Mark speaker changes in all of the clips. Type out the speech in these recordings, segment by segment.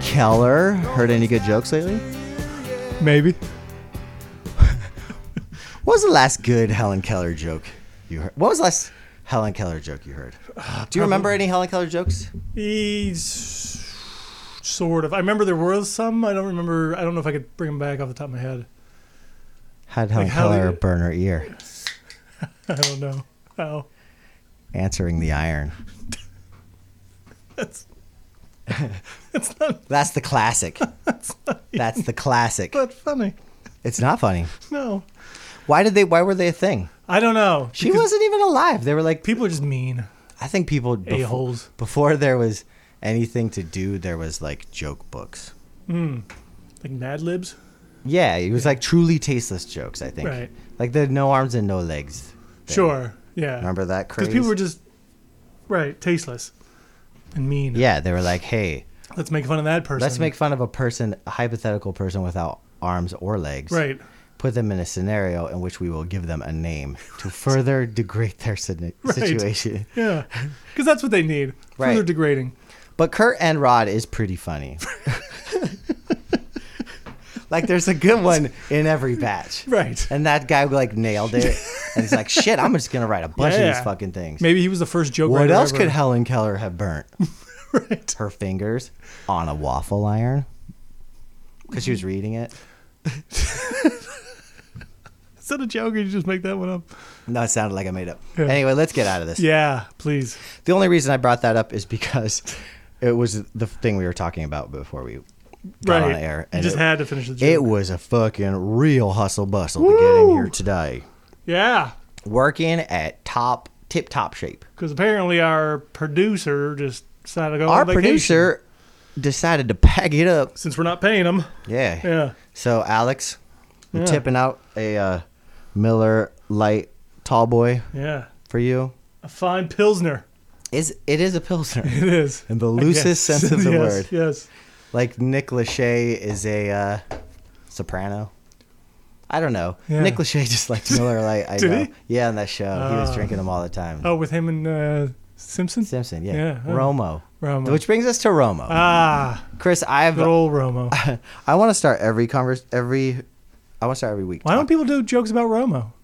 Speaker 1: Keller heard any good jokes lately?
Speaker 2: Maybe.
Speaker 1: What was the last good Helen Keller joke you heard? What was the last Helen Keller joke you heard?
Speaker 2: Uh,
Speaker 1: Do you remember any Helen Keller jokes?
Speaker 2: He's sort of. I remember there were some. I don't remember. I don't know if I could bring them back off the top of my head.
Speaker 1: Had Helen
Speaker 2: how
Speaker 1: Keller
Speaker 2: did-
Speaker 1: burn her ear
Speaker 2: I don't know. How?
Speaker 1: answering the iron?
Speaker 2: That's. That's not
Speaker 1: That's the classic. That's the classic.
Speaker 2: that funny.
Speaker 1: It's not funny.
Speaker 2: No,
Speaker 1: Why did they? Why were they a thing?
Speaker 2: I don't know.
Speaker 1: She
Speaker 2: Because
Speaker 1: wasn't even alive. They were like,
Speaker 2: People are just mean.
Speaker 1: I think people befo-
Speaker 2: A-holes.
Speaker 1: before there was anything to do, there was like joke books.
Speaker 2: Like Mad Libs.
Speaker 1: Yeah, it was like truly tasteless jokes. I think.
Speaker 2: Right.
Speaker 1: Like the no arms and no legs. thing.
Speaker 2: Sure. Yeah.
Speaker 1: Remember that craze?
Speaker 2: Because people were just right, tasteless, and mean.
Speaker 1: Yeah, they were like, hey,
Speaker 2: Let's make fun of that person.
Speaker 1: let's make fun of a person, a hypothetical person without arms or legs.
Speaker 2: right.
Speaker 1: Put them in a scenario in which we will give them a name to further degrade their sin-
Speaker 2: Right.
Speaker 1: situation.
Speaker 2: Yeah. Because that's what they need.
Speaker 1: Right.
Speaker 2: Further degrading.
Speaker 1: But Kurt and Rod is pretty funny. like there's a good one in every batch.
Speaker 2: Right.
Speaker 1: And that guy like nailed it. And he's like, shit, I'm just gonna write a bunch of
Speaker 2: Yeah.
Speaker 1: these fucking things.
Speaker 2: Maybe he was the first joke.
Speaker 1: what
Speaker 2: writer
Speaker 1: else
Speaker 2: ever.
Speaker 1: could Helen Keller have burnt?
Speaker 2: Right.
Speaker 1: Her fingers on a waffle iron. Because she was reading it.
Speaker 2: Is that a joke, or you just make that one up?
Speaker 1: No, it sounded like I made up.
Speaker 2: Yeah.
Speaker 1: Anyway, let's get out of this.
Speaker 2: Yeah. Please.
Speaker 1: The only reason I brought that up is because it was the thing we were talking about before we got
Speaker 2: right.
Speaker 1: on air.
Speaker 2: You just
Speaker 1: it-
Speaker 2: had to finish the joke.
Speaker 1: It was a fucking real hustle bustle to get in here today.
Speaker 2: yeah.
Speaker 1: Working at top tip top shape.
Speaker 2: Because apparently our producer just decided to go
Speaker 1: Our
Speaker 2: on vacation.
Speaker 1: producer decided to pack it up.
Speaker 2: since we're not paying him.
Speaker 1: Yeah.
Speaker 2: Yeah.
Speaker 1: So Alex, we're
Speaker 2: Yeah.
Speaker 1: tipping out a uh, Miller Light Tall Boy
Speaker 2: Yeah.
Speaker 1: for you.
Speaker 2: A fine pilsner.
Speaker 1: Is it is a pilsner
Speaker 2: It is.
Speaker 1: in the
Speaker 2: I guess.
Speaker 1: loosest sense of the
Speaker 2: yes,
Speaker 1: word.
Speaker 2: Yes.
Speaker 1: Like Nick Lachey is a uh, soprano. I don't know.
Speaker 2: Yeah.
Speaker 1: Nick Lachey just liked Miller Light. I
Speaker 2: Did
Speaker 1: know.
Speaker 2: he?
Speaker 1: Yeah, on that show, he was
Speaker 2: Oh.
Speaker 1: drinking them all the time.
Speaker 2: Oh, with him and uh, Simpson?
Speaker 1: Simpson, yeah.
Speaker 2: Yeah, huh.
Speaker 1: Romo.
Speaker 2: Romo.
Speaker 1: Which brings us to Romo.
Speaker 2: Ah,
Speaker 1: Chris, I've
Speaker 2: good old Romo.
Speaker 1: I want to start every converse every I want to start every week
Speaker 2: Why don't people do jokes about Romo?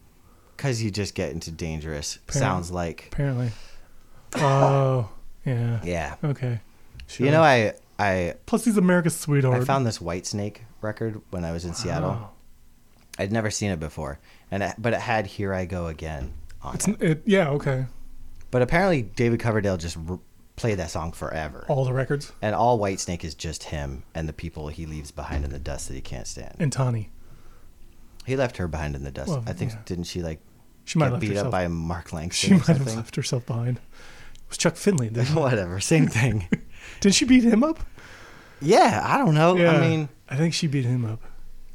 Speaker 1: cuz you just get into dangerous
Speaker 2: Apparently.
Speaker 1: sounds like.
Speaker 2: Apparently. Oh, yeah.
Speaker 1: Yeah.
Speaker 2: Okay. Oh, Sure.
Speaker 1: You know I I
Speaker 2: Plus, he's America's sweetheart.
Speaker 1: I found this White Snake record when I was in Seattle.
Speaker 2: Oh.
Speaker 1: I'd never seen it before. And it, but it had Here I Go Again on
Speaker 2: It's,
Speaker 1: it.
Speaker 2: it, yeah. Okay.
Speaker 1: But apparently David Coverdale just r played that song forever.
Speaker 2: All the records
Speaker 1: And all White Snake is just him and the people he leaves behind in the dust that he can't stand.
Speaker 2: and Tawny.
Speaker 1: He left her behind in the dust.
Speaker 2: Well,
Speaker 1: I think
Speaker 2: yeah.
Speaker 1: didn't she like
Speaker 2: She might have
Speaker 1: get
Speaker 2: left
Speaker 1: beat
Speaker 2: herself.
Speaker 1: up by Mark Langston
Speaker 2: she
Speaker 1: or
Speaker 2: might have
Speaker 1: something?
Speaker 2: left herself behind. It was Chuck Finley? Didn't,
Speaker 1: Whatever, same thing.
Speaker 2: did she beat him up?
Speaker 1: yeah, I don't know. I mean,
Speaker 2: I think she beat him up.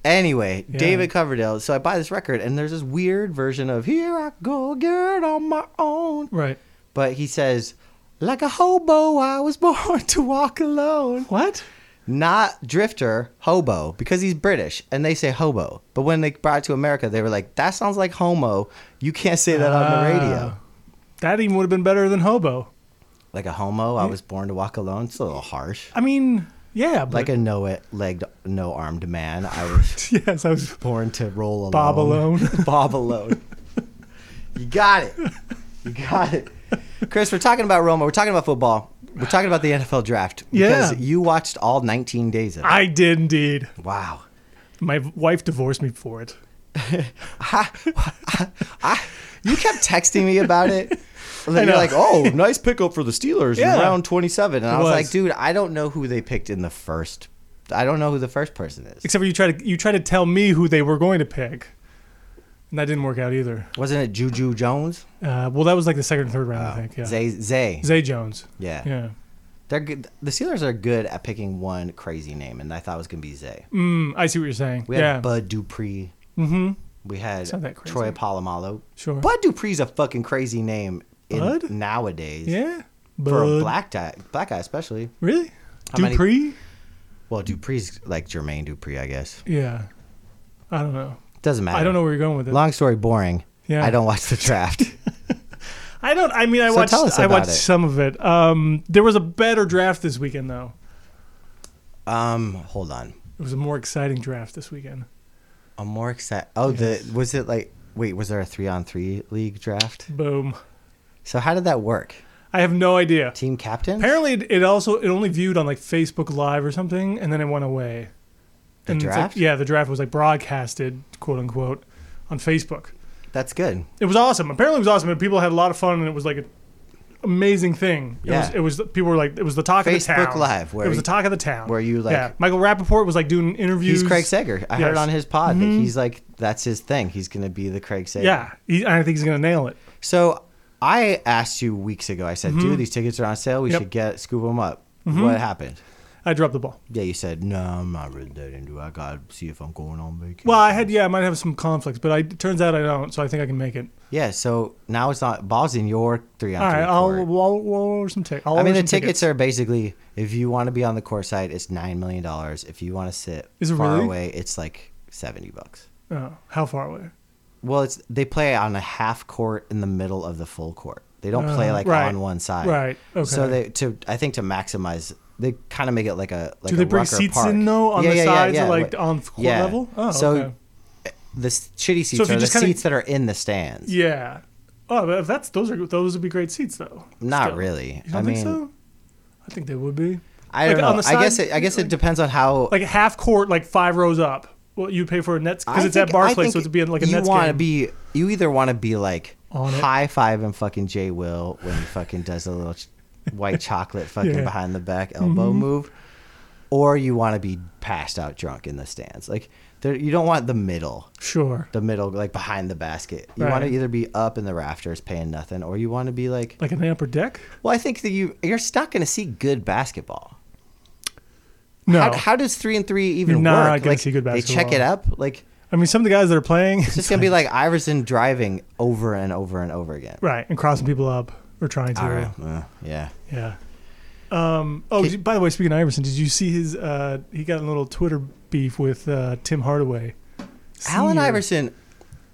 Speaker 1: anyway,
Speaker 2: Yeah.
Speaker 1: David Coverdale. So I buy this record, and there's this weird version of "Here I Go Again on My Own,"
Speaker 2: Right.
Speaker 1: but he says, "Like a hobo, I was born to walk alone."
Speaker 2: What?
Speaker 1: Not drifter, hobo, because he's British, and they say hobo. But when they brought it to America, they were like, "That sounds like homo. You can't say that on the radio."
Speaker 2: Ah. That even would have been better than Hobo.
Speaker 1: Like a homo, I was born to walk alone. It's a little harsh.
Speaker 2: I mean, yeah, but
Speaker 1: Like a no-legged, no-armed man, I was
Speaker 2: yes, I was
Speaker 1: born to roll alone.
Speaker 2: Bob alone.
Speaker 1: Bob alone. You got it. You got it. Chris, we're talking about Roma. We're talking about football. We're talking about the NFL draft.
Speaker 2: Yeah.
Speaker 1: Because you watched all 19 days of it.
Speaker 2: I did indeed.
Speaker 1: wow.
Speaker 2: My v- wife divorced me for it.
Speaker 1: I, I- I- you kept texting me about it. And then
Speaker 2: know.
Speaker 1: you're like, oh, nice pickup for the Steelers
Speaker 2: Yeah.
Speaker 1: in round 27. And I
Speaker 2: It
Speaker 1: was,
Speaker 2: was.
Speaker 1: like, dude, I don't know who they picked in the first. I don't know who the first person is.
Speaker 2: Except for you try to you try to tell me who they were going to pick, and that didn't work out either.
Speaker 1: Wasn't it Juju Jones?
Speaker 2: Uh, well, that was like the second and third round, I think. Yeah. Zay,
Speaker 1: Oh, Zay, Zay.
Speaker 2: Jones.
Speaker 1: Yeah.
Speaker 2: Yeah.
Speaker 1: They're good. The Steelers are good at picking one crazy name, and I thought it was gonna be Zay.
Speaker 2: Mm, I see what you're saying.
Speaker 1: We had
Speaker 2: yeah.
Speaker 1: Bud Dupree.
Speaker 2: mm-hmm.
Speaker 1: We had
Speaker 2: not that crazy.
Speaker 1: Troy Polamalu.
Speaker 2: Sure.
Speaker 1: Bud Dupree's a fucking crazy name in
Speaker 2: Bud?
Speaker 1: nowadays.
Speaker 2: Yeah.
Speaker 1: For a
Speaker 2: Bud.
Speaker 1: black guy, black guy especially.
Speaker 2: Really?
Speaker 1: How many-
Speaker 2: Dupree?
Speaker 1: Well, Dupree's like Jermaine Dupree, I guess.
Speaker 2: Yeah. I don't know.
Speaker 1: Doesn't matter.
Speaker 2: I don't know where you're going with it.
Speaker 1: Long story boring.
Speaker 2: Yeah.
Speaker 1: I don't watch the draft.
Speaker 2: I don't. I mean, I
Speaker 1: So
Speaker 2: watched.
Speaker 1: tell us
Speaker 2: I
Speaker 1: about
Speaker 2: watched
Speaker 1: it.
Speaker 2: some of it. Um, there was a better draft this weekend, though.
Speaker 1: Um, hold on.
Speaker 2: It was a more exciting draft this weekend.
Speaker 1: I'm more excited. Oh,
Speaker 2: Yes.
Speaker 1: the was it like? Wait, was there a three on three league draft?
Speaker 2: Boom.
Speaker 1: So how did that work?
Speaker 2: I have no idea.
Speaker 1: Team captains?
Speaker 2: Apparently, it, it also it only viewed on like Facebook Live or something, and then it went away.
Speaker 1: The
Speaker 2: it's like-
Speaker 1: draft?
Speaker 2: yeah, the draft was like broadcasted, quote unquote, on Facebook.
Speaker 1: That's good.
Speaker 2: It was awesome. Apparently, it was awesome, and people had a lot of fun, and it was like an amazing thing. It
Speaker 1: Yeah.
Speaker 2: was. It was. People were like, it was the talk of the
Speaker 1: Facebook
Speaker 2: town.
Speaker 1: Live, where
Speaker 2: it was
Speaker 1: you-
Speaker 2: the talk of the town.
Speaker 1: where you, like-
Speaker 2: yeah. Michael Rappaport was like doing interviews.
Speaker 1: He's Craig Sager. I heard
Speaker 2: Yes. Mm-hmm.
Speaker 1: on his pod that he's like that's his thing. He's gonna be the Craig Sager.
Speaker 2: Yeah, he, I think he's gonna nail it.
Speaker 1: So I asked you weeks ago. I said, "Dude, these tickets are on sale. We
Speaker 2: Mm-hmm. Yep. Mm-hmm.
Speaker 1: should get scoop them up." What happened?
Speaker 2: I dropped the ball.
Speaker 1: Yeah, you said, "No, I'm not really that into. it. I gotta see if I'm going on vacation."
Speaker 2: Well, I had yeah, I might have some conflicts, but I, it turns out I don't, so I think I can make it.
Speaker 1: yeah. So now it's not balls in your three on
Speaker 2: All right,
Speaker 1: three
Speaker 2: I'll,
Speaker 1: court.
Speaker 2: I'll, I'll order some tickets.
Speaker 1: I mean, the tickets, are basically if you want to be on the court side, it's nine million dollars. If you want to sit
Speaker 2: Is it
Speaker 1: far
Speaker 2: really?
Speaker 1: away, it's like seventy bucks.
Speaker 2: Oh, how far away?
Speaker 1: Well, it's they play on a half court in the middle of the full court. They don't play
Speaker 2: Uh,
Speaker 1: like
Speaker 2: right.
Speaker 1: on one side.
Speaker 2: Right,
Speaker 1: So
Speaker 2: okay.
Speaker 1: they to I think to maximize they kind of make it like a like
Speaker 2: Do
Speaker 1: a
Speaker 2: they bring
Speaker 1: Rucker
Speaker 2: seats
Speaker 1: Park.
Speaker 2: in though on
Speaker 1: Yeah,
Speaker 2: the
Speaker 1: yeah, yeah,
Speaker 2: sides,
Speaker 1: yeah.
Speaker 2: or like
Speaker 1: Wait,
Speaker 2: on court
Speaker 1: yeah.
Speaker 2: level? Oh,
Speaker 1: so
Speaker 2: okay.
Speaker 1: the s- shitty seats
Speaker 2: if
Speaker 1: are
Speaker 2: you
Speaker 1: the
Speaker 2: just kinda-
Speaker 1: seats that are in the stands.
Speaker 2: yeah. Oh, but if that's those are those would be great seats though.
Speaker 1: Not
Speaker 2: Still.
Speaker 1: really.
Speaker 2: You don't
Speaker 1: I mean,
Speaker 2: think so? I think they would be.
Speaker 1: I
Speaker 2: Like,
Speaker 1: don't
Speaker 2: on
Speaker 1: know.
Speaker 2: the
Speaker 1: I guess
Speaker 2: side,
Speaker 1: it, I guess
Speaker 2: like-
Speaker 1: it depends on how
Speaker 2: Like half court, like five rows up. Well, you pay for a Nets because
Speaker 1: I
Speaker 2: it's at
Speaker 1: think- I
Speaker 2: Barclays, so
Speaker 1: think
Speaker 2: it's being like a
Speaker 1: you
Speaker 2: Nets
Speaker 1: wanna
Speaker 2: game.
Speaker 1: be you either want to be like
Speaker 2: On it.
Speaker 1: high five and fucking Jay Will when he fucking does a little ch- white chocolate fucking
Speaker 2: Yeah. Mm-hmm.
Speaker 1: behind the back elbow move, or you want to be passed out drunk in the stands. Like there, you don't want the middle,
Speaker 2: sure,
Speaker 1: the middle like behind the basket. You want to
Speaker 2: Right.
Speaker 1: either be up in the rafters paying nothing, or you want to be like.
Speaker 2: like an upper deck.
Speaker 1: Well, I think that you you're not going to see good basketball.
Speaker 2: No,
Speaker 1: How, how does three and three even
Speaker 2: You're not
Speaker 1: work?
Speaker 2: gonna
Speaker 1: Like
Speaker 2: see good
Speaker 1: they check
Speaker 2: basketball.
Speaker 1: it up like.
Speaker 2: I mean some of the guys that are playing,
Speaker 1: It's just gonna be like Iverson driving over and over and over again.
Speaker 2: right, and crossing people up or trying to.
Speaker 1: Uh, yeah.
Speaker 2: Yeah. Um, oh,
Speaker 1: Okay.
Speaker 2: by the way, speaking of Iverson, did you see his? Uh, he got in a little Twitter beef with uh, Tim Hardaway.
Speaker 1: Allen
Speaker 2: Senior.
Speaker 1: Iverson.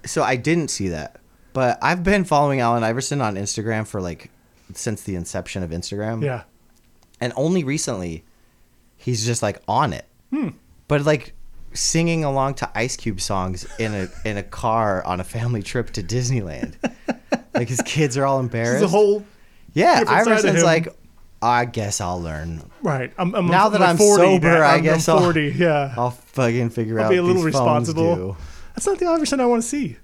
Speaker 1: So I didn't see that, but I've been following Allen Iverson on Instagram for like since the inception of Instagram.
Speaker 2: Yeah.
Speaker 1: And only recently, he's just like on it.
Speaker 2: Hmm.
Speaker 1: But like singing along to Ice Cube songs in a in a car on a family trip to Disneyland. like his kids are all embarrassed.
Speaker 2: The whole
Speaker 1: yeah,
Speaker 2: different side of
Speaker 1: Iverson's
Speaker 2: him.
Speaker 1: like, I guess I'll learn
Speaker 2: right. I'm, I'm
Speaker 1: Now that
Speaker 2: like
Speaker 1: I'm
Speaker 2: 40
Speaker 1: sober,
Speaker 2: now.
Speaker 1: I
Speaker 2: I'm-
Speaker 1: guess
Speaker 2: I'm
Speaker 1: I'll-
Speaker 2: 40. yeah.
Speaker 1: I'll fucking figure
Speaker 2: I'll
Speaker 1: out.
Speaker 2: be a little
Speaker 1: these phones
Speaker 2: responsible.
Speaker 1: do.
Speaker 2: That's not the Iverson I want to see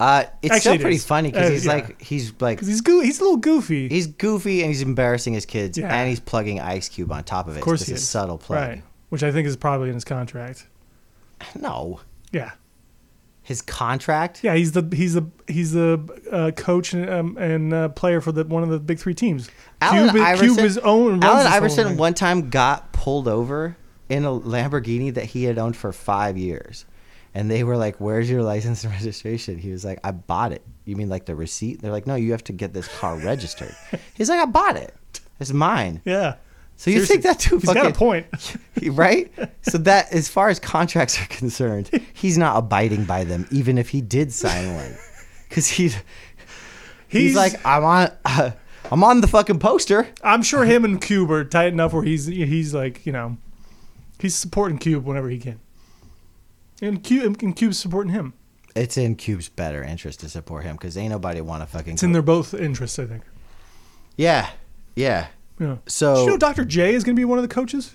Speaker 1: Uh, it's
Speaker 2: Actually,
Speaker 1: still
Speaker 2: it
Speaker 1: pretty
Speaker 2: is.
Speaker 1: funny because
Speaker 2: Uh,
Speaker 1: he's
Speaker 2: yeah.
Speaker 1: like he's like
Speaker 2: because he's goo- he's a little goofy.
Speaker 1: he's goofy and he's embarrassing his kids
Speaker 2: Yeah.
Speaker 1: and he's plugging Ice Cube on top of it.
Speaker 2: of course,
Speaker 1: it's
Speaker 2: he
Speaker 1: just
Speaker 2: is
Speaker 1: a subtle plug.
Speaker 2: Right. Which I think is probably in his contract.
Speaker 1: No,
Speaker 2: Yeah.
Speaker 1: his contract.
Speaker 2: Yeah. He's the he's the he's the uh, coach and, um, and uh, player for the one of the big three teams.
Speaker 1: Allen
Speaker 2: Cube,
Speaker 1: Iverson.
Speaker 2: Cube is own. runs
Speaker 1: Allen
Speaker 2: this whole
Speaker 1: Iverson
Speaker 2: thing.
Speaker 1: one time got pulled over in a Lamborghini that he had owned for five years, and they were like, "Where's your license and registration?" He was like, "I bought it." You mean like the receipt? They're like, "No, you have to get this car registered." He's like, "I bought it. It's mine."
Speaker 2: Yeah.
Speaker 1: So you think
Speaker 2: Seriously.
Speaker 1: that too?
Speaker 2: He's got a
Speaker 1: fucking-
Speaker 2: point.
Speaker 1: right? So that, as far as contracts are concerned, he's not abiding by them, even if he did sign one, because he he's,
Speaker 2: He's,
Speaker 1: like, I'm on, uh, I'm on the fucking poster.
Speaker 2: I'm sure him and Cube are tight enough where he's he's like you know, he's supporting Cube whenever he can, and Cube and Cube's supporting him.
Speaker 1: It's in Cube's better interest to support him because ain't nobody want to fucking.
Speaker 2: It's in their both interests, I think.
Speaker 1: yeah, yeah.
Speaker 2: Yeah.
Speaker 1: So-
Speaker 2: Did you know Dr. J is going to be one of the coaches.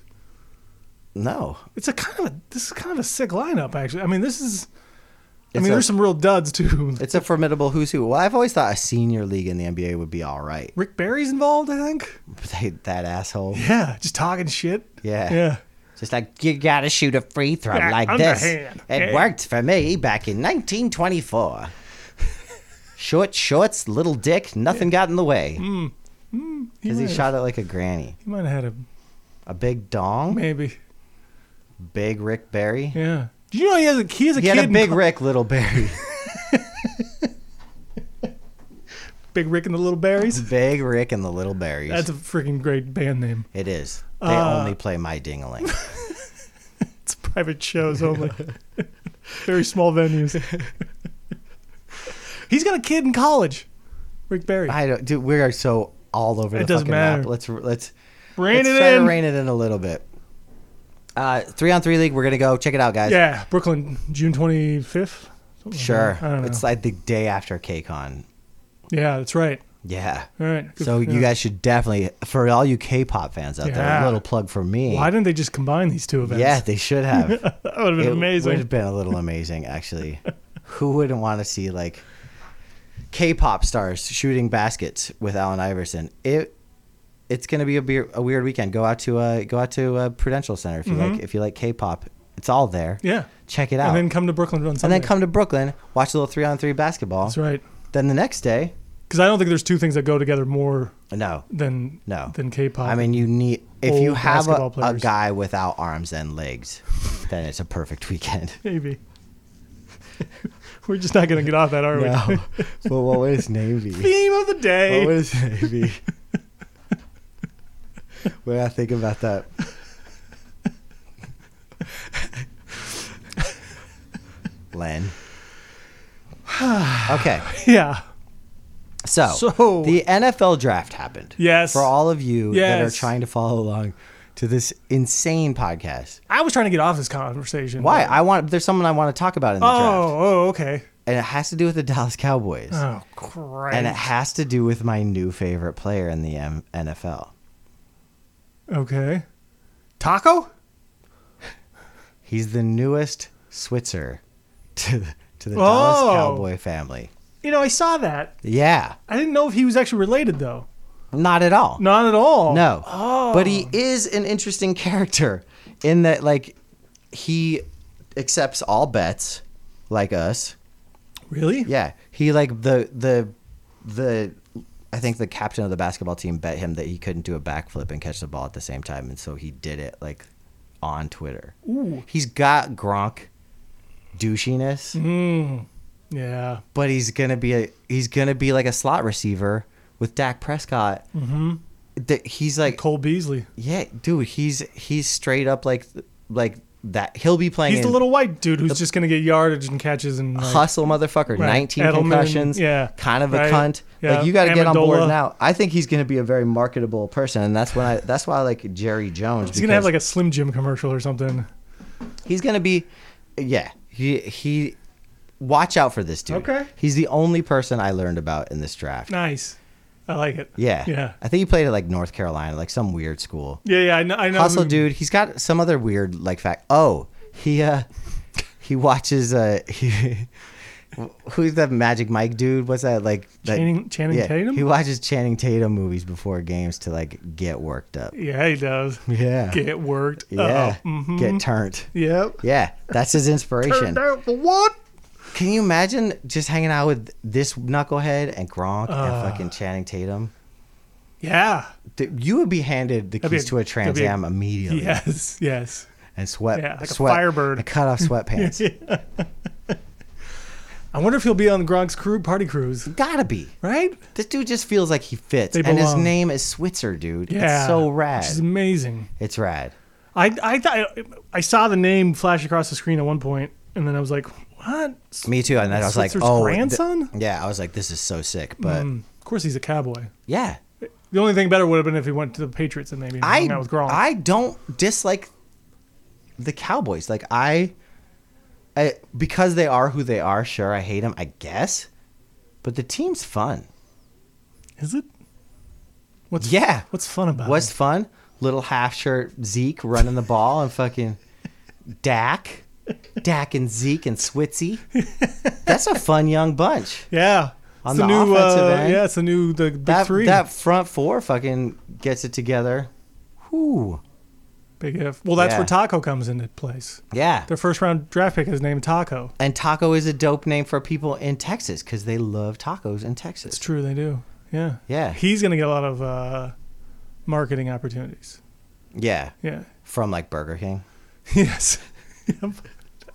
Speaker 1: No,
Speaker 2: It's a kind of a, this is kind of a sick lineup actually. I mean, this is. I
Speaker 1: It's
Speaker 2: mean,
Speaker 1: a-
Speaker 2: there's some real duds too.
Speaker 1: it's a formidable who's who. Well, I've always thought a senior league in the NBA would be all right.
Speaker 2: Rick Barry's involved, I think.
Speaker 1: They- that asshole.
Speaker 2: Yeah, just talking shit.
Speaker 1: Yeah.
Speaker 2: Yeah.
Speaker 1: Just like you gotta shoot a free throw
Speaker 2: Yeah,
Speaker 1: like this.
Speaker 2: underhand.
Speaker 1: It
Speaker 2: Yeah.
Speaker 1: worked for me back in 1924. Short shorts, little dick, nothing got in the way.
Speaker 2: Mm, He
Speaker 1: Because he
Speaker 2: might have-
Speaker 1: shot it like a granny.
Speaker 2: He might have had a
Speaker 1: A big dong,
Speaker 2: maybe.
Speaker 1: big Rick Barry.
Speaker 2: Yeah. Do you know he has a he has a
Speaker 1: He
Speaker 2: kid
Speaker 1: had a
Speaker 2: in
Speaker 1: big
Speaker 2: co-
Speaker 1: Rick, little Barry.
Speaker 2: Big Rick and the Little Berries.
Speaker 1: big Rick and the little berries.
Speaker 2: That's a freaking great band name.
Speaker 1: it is. They
Speaker 2: Uh,
Speaker 1: only play my dingaling.
Speaker 2: It's private shows only. Very small venues. He's got a kid in college. Rick Barry.
Speaker 1: I don't. Dude, we are so all over
Speaker 2: It
Speaker 1: the
Speaker 2: doesn't
Speaker 1: fucking
Speaker 2: matter.
Speaker 1: map. Let's let's
Speaker 2: Rain
Speaker 1: let's
Speaker 2: it
Speaker 1: try to
Speaker 2: in.
Speaker 1: rein it in a little bit. Uh, three on three league. We're gonna go check it out, guys.
Speaker 2: Yeah, Brooklyn, June 25th. Something like
Speaker 1: Sure.
Speaker 2: that. I don't know.
Speaker 1: It's like the day after KCON.
Speaker 2: yeah, that's right.
Speaker 1: Yeah.
Speaker 2: All right. Good-
Speaker 1: So you
Speaker 2: yeah.
Speaker 1: guys should definitely, for all you K-pop fans out there,
Speaker 2: Yeah.
Speaker 1: a little plug for me.
Speaker 2: Why didn't they just combine these two events?
Speaker 1: yeah, they should have.
Speaker 2: that would have been
Speaker 1: Would
Speaker 2: amazing.
Speaker 1: have been a little amazing, actually. Who wouldn't want to see like K-pop stars shooting baskets with Allen Iverson? It it's gonna be a, beer, a weird weekend. Go out to uh, go out to uh, Prudential Center if you like if you like K-pop. It's all there.
Speaker 2: Mm-hmm. Yeah.
Speaker 1: Check it out.
Speaker 2: And then come to Brooklyn on
Speaker 1: and
Speaker 2: Sunday.
Speaker 1: then come to Brooklyn, watch a little three on three basketball.
Speaker 2: That's right.
Speaker 1: Then the next day,
Speaker 2: Because I don't think there's two things that go together more
Speaker 1: no,
Speaker 2: than
Speaker 1: No.
Speaker 2: than K-pop.
Speaker 1: I mean, you need if you
Speaker 2: old
Speaker 1: have a,
Speaker 2: basketball
Speaker 1: a
Speaker 2: players.
Speaker 1: guy without arms and legs, then it's a perfect weekend.
Speaker 2: maybe. We're just not gonna get off that, are we?
Speaker 1: but what would his name be?
Speaker 2: Theme of the
Speaker 1: What
Speaker 2: day.
Speaker 1: would his name be? when I think about that, Len. Okay,
Speaker 2: yeah.
Speaker 1: so,
Speaker 2: So-
Speaker 1: the NFL draft happened.
Speaker 2: Yes.
Speaker 1: for all of you that are
Speaker 2: Yes.
Speaker 1: trying to follow along to this insane podcast.
Speaker 2: I was trying to get off this conversation.
Speaker 1: Why?
Speaker 2: but-
Speaker 1: I want there's someone I want to talk about in the draft,
Speaker 2: oh, oh, okay.
Speaker 1: and it has to do with the Dallas Cowboys,
Speaker 2: Oh, Christ.
Speaker 1: and it has to do with my new favorite player in the M- NFL.
Speaker 2: okay. Taco?
Speaker 1: He's the newest Switzer to the, to the
Speaker 2: Oh.
Speaker 1: Dallas Cowboy family.
Speaker 2: You know, I saw that.
Speaker 1: Yeah,
Speaker 2: I didn't know if he was actually related though.
Speaker 1: not at all.
Speaker 2: Not at all.
Speaker 1: No.
Speaker 2: Oh.
Speaker 1: But he is an interesting character in that like he accepts all bets like us.
Speaker 2: Really?
Speaker 1: Yeah, he like the the the I think the captain of the basketball team bet him that he couldn't do a backflip and catch the ball at the same time, and so he did it like on Twitter.
Speaker 2: Ooh.
Speaker 1: He's got Gronk douchiness,
Speaker 2: Mm. Yeah.
Speaker 1: but he's gonna be a he's gonna be like a slot receiver with Dak Prescott. Mm-hmm. That he's like,
Speaker 2: Cole Beasley.
Speaker 1: yeah, dude, he's he's straight up like like that. He'll be playing.
Speaker 2: He's the
Speaker 1: in-
Speaker 2: little white dude who's just gonna get yardage and catches and like,
Speaker 1: hustle motherfucker.
Speaker 2: Right.
Speaker 1: 19
Speaker 2: Edelman,
Speaker 1: concussions.
Speaker 2: yeah.
Speaker 1: Kind of a
Speaker 2: Right.
Speaker 1: cunt.
Speaker 2: Yeah.
Speaker 1: Like you got to get on board
Speaker 2: Amendola.
Speaker 1: now. I think he's going to be a very marketable person and that's when I that's why I like Jerry Jones
Speaker 2: He's gonna have like a Slim Jim commercial or something.
Speaker 1: he's going to be yeah. He he watch out for this dude.
Speaker 2: Okay.
Speaker 1: He's the only person I learned about in this draft.
Speaker 2: Nice. I like it.
Speaker 1: Yeah.
Speaker 2: Yeah.
Speaker 1: I think he played at like North Carolina, like some weird school.
Speaker 2: Yeah. Yeah. I know. I know
Speaker 1: Hustle
Speaker 2: who-
Speaker 1: dude, he's got some other weird like fact. Oh, he uh he watches uh he Who's the Magic Mike dude? What's that like? that-
Speaker 2: Channing- Channing
Speaker 1: yeah,
Speaker 2: Tatum?
Speaker 1: He watches Channing Tatum movies before games to like get worked up.
Speaker 2: Yeah, he does.
Speaker 1: Yeah,
Speaker 2: Get worked.
Speaker 1: yeah,
Speaker 2: Up. hmm
Speaker 1: get turned.
Speaker 2: Yep.
Speaker 1: Yeah, that's his inspiration.
Speaker 2: Turned out for what?
Speaker 1: Can you imagine just hanging out with this knucklehead and Gronk and fucking Channing Tatum?
Speaker 2: Yeah.
Speaker 1: Th- You would be handed the
Speaker 2: That'd be
Speaker 1: keys
Speaker 2: a-
Speaker 1: to a
Speaker 2: that'd
Speaker 1: Trans
Speaker 2: be a-
Speaker 1: Am immediately.
Speaker 2: Yes. Yes.
Speaker 1: and sweat,
Speaker 2: Yeah, like a
Speaker 1: sweat,
Speaker 2: Firebird.
Speaker 1: and cut off sweatpants.
Speaker 2: I wonder if he'll be on Gronk's crew party cruise,
Speaker 1: Gotta be.
Speaker 2: right?
Speaker 1: This dude just feels like he fits,
Speaker 2: They
Speaker 1: and his
Speaker 2: belong.
Speaker 1: name is Switzer, dude.
Speaker 2: Yeah.
Speaker 1: it's so
Speaker 2: Which
Speaker 1: rad.
Speaker 2: is amazing.
Speaker 1: It's rad.
Speaker 2: I I thought I saw the name flash across the screen at one point, and then I was like, "What?
Speaker 1: Me too. And then I was like,
Speaker 2: Switzer's
Speaker 1: oh, th-
Speaker 2: grandson?
Speaker 1: yeah, I was like, this is so sick. But
Speaker 2: Mm, of course, he's a cowboy.
Speaker 1: yeah,
Speaker 2: The only thing better would have been if he went to the Patriots and maybe
Speaker 1: I
Speaker 2: hung out with Gronk.
Speaker 1: I don't dislike the Cowboys. Like I, I because they are who they are. Sure, I hate them. I guess, but the team's fun.
Speaker 2: Is it? What's
Speaker 1: Yeah.
Speaker 2: What's fun about
Speaker 1: What's
Speaker 2: it?
Speaker 1: fun? Little half shirt Zeke running the ball and fucking Dak, Dak and Zeke and Switzy. That's a fun young bunch.
Speaker 2: Yeah.
Speaker 1: On
Speaker 2: It's
Speaker 1: the offensive
Speaker 2: uh,
Speaker 1: end?
Speaker 2: Yeah, it's the new the big
Speaker 1: that,
Speaker 2: three.
Speaker 1: That front four fucking gets it together. Whew.
Speaker 2: big F. Well, that's
Speaker 1: Yeah.
Speaker 2: where Taco comes into place.
Speaker 1: Yeah.
Speaker 2: Their first round draft pick is named Taco.
Speaker 1: And taco is a dope name for people in Texas because they love tacos in Texas.
Speaker 2: It's true, they do. Yeah.
Speaker 1: Yeah.
Speaker 2: He's gonna get a lot of uh, marketing opportunities.
Speaker 1: Yeah.
Speaker 2: Yeah.
Speaker 1: From like Burger King.
Speaker 2: Yes. Yep.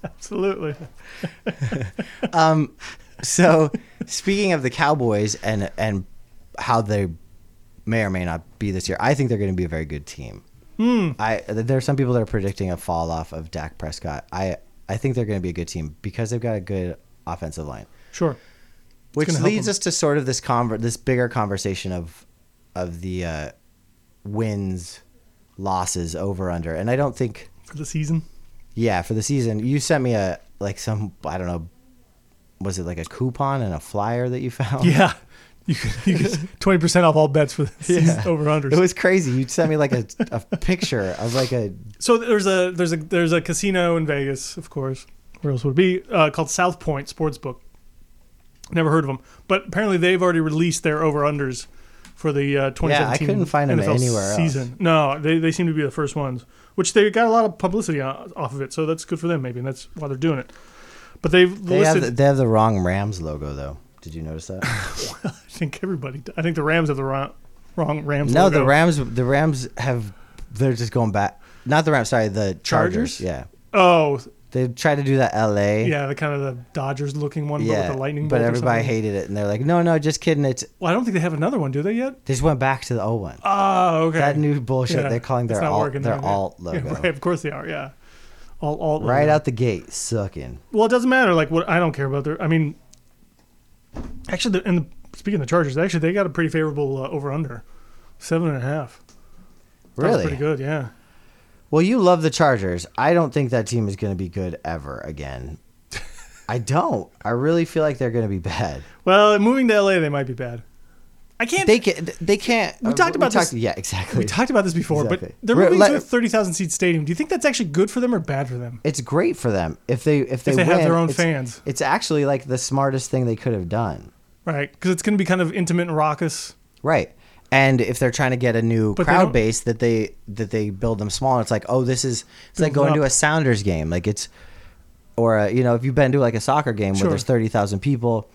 Speaker 2: Absolutely.
Speaker 1: Um, so speaking of the Cowboys and and how they may or may not be this year, I think they're going to be a very good team.
Speaker 2: Hmm.
Speaker 1: I there are some people that are predicting a fall off of Dak Prescott. I I think they're going to be a good team because they've got a good offensive line.
Speaker 2: Sure.
Speaker 1: which
Speaker 2: gonna help
Speaker 1: leads
Speaker 2: them.
Speaker 1: us to sort of this conver- this bigger conversation of of the uh, wins losses over under and i don't think
Speaker 2: for the season.
Speaker 1: Yeah, for the season, you sent me a like some I don't know, was it like a coupon and a flyer that you found?
Speaker 2: Yeah. You could, you could 20% off all bets for the season over
Speaker 1: It
Speaker 2: 100s.
Speaker 1: was crazy. You sent me like a, a picture of like a
Speaker 2: So there's a there's a there's a casino in Vegas, of course. Where else would it be? Uh, called South Point Sportsbook. Never heard of them, but apparently they've already released their over unders for the uh, 2017
Speaker 1: Yeah, I couldn't find 'em
Speaker 2: NFL
Speaker 1: anywhere else.
Speaker 2: season. No, they they seem to be the first ones, which they got a lot of publicity o- off of it, so that's good for them maybe, and that's why they're doing it. But they've
Speaker 1: they
Speaker 2: listed.
Speaker 1: have the, they have the wrong Rams logo though. Did you notice that?
Speaker 2: I think everybody. I think the Rams have the wrong, wrong Rams.
Speaker 1: no, the
Speaker 2: logo.
Speaker 1: Rams the Rams have they're just going back. Not the Rams, sorry, the Chargers.
Speaker 2: Chargers?
Speaker 1: Yeah.
Speaker 2: Oh,
Speaker 1: They tried to do that LA.
Speaker 2: yeah, the kind of the Dodgers looking one, but with the lightning.
Speaker 1: Eh. but
Speaker 2: bolt or
Speaker 1: everybody
Speaker 2: something.
Speaker 1: hated it and they're like, "No, no, just kidding. It's
Speaker 2: Well, I don't think they have another one, do they yet?
Speaker 1: they just went back to the old one.
Speaker 2: Oh, okay.
Speaker 1: That new bullshit
Speaker 2: Yeah,
Speaker 1: they're calling
Speaker 2: it's
Speaker 1: their
Speaker 2: not
Speaker 1: alt,
Speaker 2: working
Speaker 1: their
Speaker 2: there, yeah.
Speaker 1: alt
Speaker 2: Yeah,
Speaker 1: logo.
Speaker 2: right, of course they are. Yeah, all alt
Speaker 1: right
Speaker 2: logo.
Speaker 1: out the gate sucking.
Speaker 2: Well, it doesn't matter. Like what I don't care about their. I mean, actually, the, and the, speaking of the Chargers, actually they got a pretty favorable uh, over under, seven and a half. That was
Speaker 1: Really?
Speaker 2: pretty good. Yeah.
Speaker 1: Well, you love the Chargers. I don't think that team is going to be good ever again. I don't. I really feel like they're going to be bad.
Speaker 2: Well, moving to LA, they might be bad. I can't.
Speaker 1: They can. They can't.
Speaker 2: We talked about this-
Speaker 1: yeah, exactly.
Speaker 2: we talked about this before, but
Speaker 1: Exactly.
Speaker 2: they're
Speaker 1: We're-
Speaker 2: moving
Speaker 1: let-
Speaker 2: to a thirty thousand seat stadium. Do you think that's actually good for them or bad for them?
Speaker 1: it's great for them if they if they,
Speaker 2: they have
Speaker 1: win,
Speaker 2: their own
Speaker 1: it's-
Speaker 2: fans.
Speaker 1: It's actually like the smartest thing they could have done,
Speaker 2: Right, because it's going to be kind of intimate and raucous.
Speaker 1: right? And if they're trying to get a new
Speaker 2: But they don't-
Speaker 1: crowd base that they that they build them smaller, it's like oh, this is it's like
Speaker 2: Build
Speaker 1: going
Speaker 2: it
Speaker 1: to
Speaker 2: up.
Speaker 1: a Sounders game, like it's or a, you know if you've been to like a soccer game
Speaker 2: Sure.
Speaker 1: where there's thirty thousand people,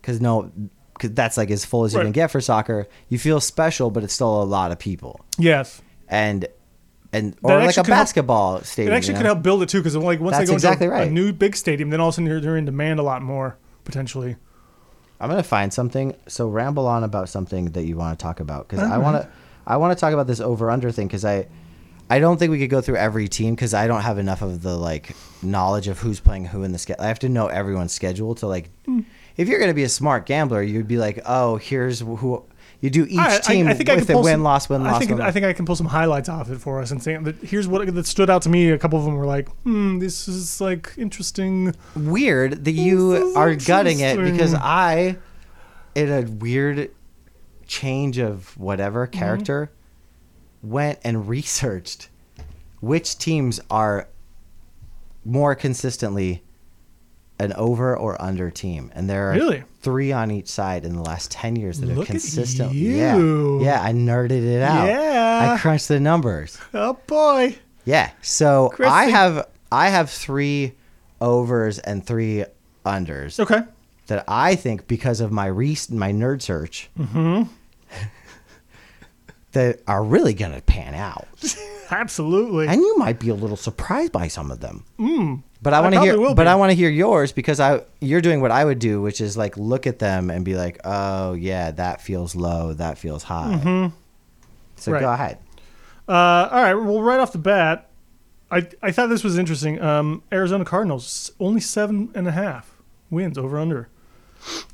Speaker 1: because no, cause that's like as full as you
Speaker 2: Right.
Speaker 1: can get for soccer. You feel special, but it's still a lot of people,
Speaker 2: Yes.
Speaker 1: and and or like
Speaker 2: actually
Speaker 1: a
Speaker 2: could help-
Speaker 1: basketball
Speaker 2: It
Speaker 1: stadium.
Speaker 2: actually
Speaker 1: you
Speaker 2: could
Speaker 1: know?
Speaker 2: help build it too, because like once
Speaker 1: That's
Speaker 2: they go
Speaker 1: exactly
Speaker 2: into a- a
Speaker 1: right.
Speaker 2: new big stadium, then all of a sudden you're, they're in demand a lot more potentially.
Speaker 1: I'm gonna find something. So ramble on about something that you want to talk about because I want to. I want to talk about this over under thing because I, I don't think we could go through every team because I don't have enough of the like knowledge of who's playing who in the schedule. I have to know everyone's schedule to like.
Speaker 2: Hmm.
Speaker 1: If you're gonna be a smart gambler, you'd be like, oh, here's who. You do each
Speaker 2: All right,
Speaker 1: team with a
Speaker 2: pull some-
Speaker 1: win loss win
Speaker 2: I
Speaker 1: loss.
Speaker 2: think
Speaker 1: win,
Speaker 2: I
Speaker 1: loss.
Speaker 2: think I can pull some highlights off it for us and say that here's what that stood out to me. A couple of them were like, "Hmm, this is like interesting."
Speaker 1: weird that
Speaker 2: This
Speaker 1: you
Speaker 2: is
Speaker 1: are gutting it because
Speaker 2: interesting.
Speaker 1: I, in a weird change of whatever
Speaker 2: Mm-hmm.
Speaker 1: character, went and researched which teams are more consistently an over or under team, and there are
Speaker 2: Really?
Speaker 1: three on each side in the last ten years that
Speaker 2: Look
Speaker 1: have
Speaker 2: at
Speaker 1: consistently.
Speaker 2: you.
Speaker 1: Yeah, yeah, I nerded it out.
Speaker 2: Yeah.
Speaker 1: I crunched the numbers.
Speaker 2: Oh boy,
Speaker 1: Yeah. So
Speaker 2: Chris,
Speaker 1: I
Speaker 2: they-
Speaker 1: have I have three overs and three unders
Speaker 2: okay,
Speaker 1: that I think because of my re- my nerd search
Speaker 2: Mm-hmm.
Speaker 1: that are really gonna pan out.
Speaker 2: absolutely.
Speaker 1: And you might be a little surprised by some of them. But I want to hear
Speaker 2: Mm. probably will
Speaker 1: but
Speaker 2: be.
Speaker 1: I want to hear yours because I you're doing what I would do, which is like look at them and be like, "Oh, yeah, that feels low, that feels high." So
Speaker 2: Mm-hmm. Right.
Speaker 1: go ahead.
Speaker 2: Uh, all right. Well, right off the bat, I I thought this was interesting. Um, Arizona Cardinals only seven and a half wins over under.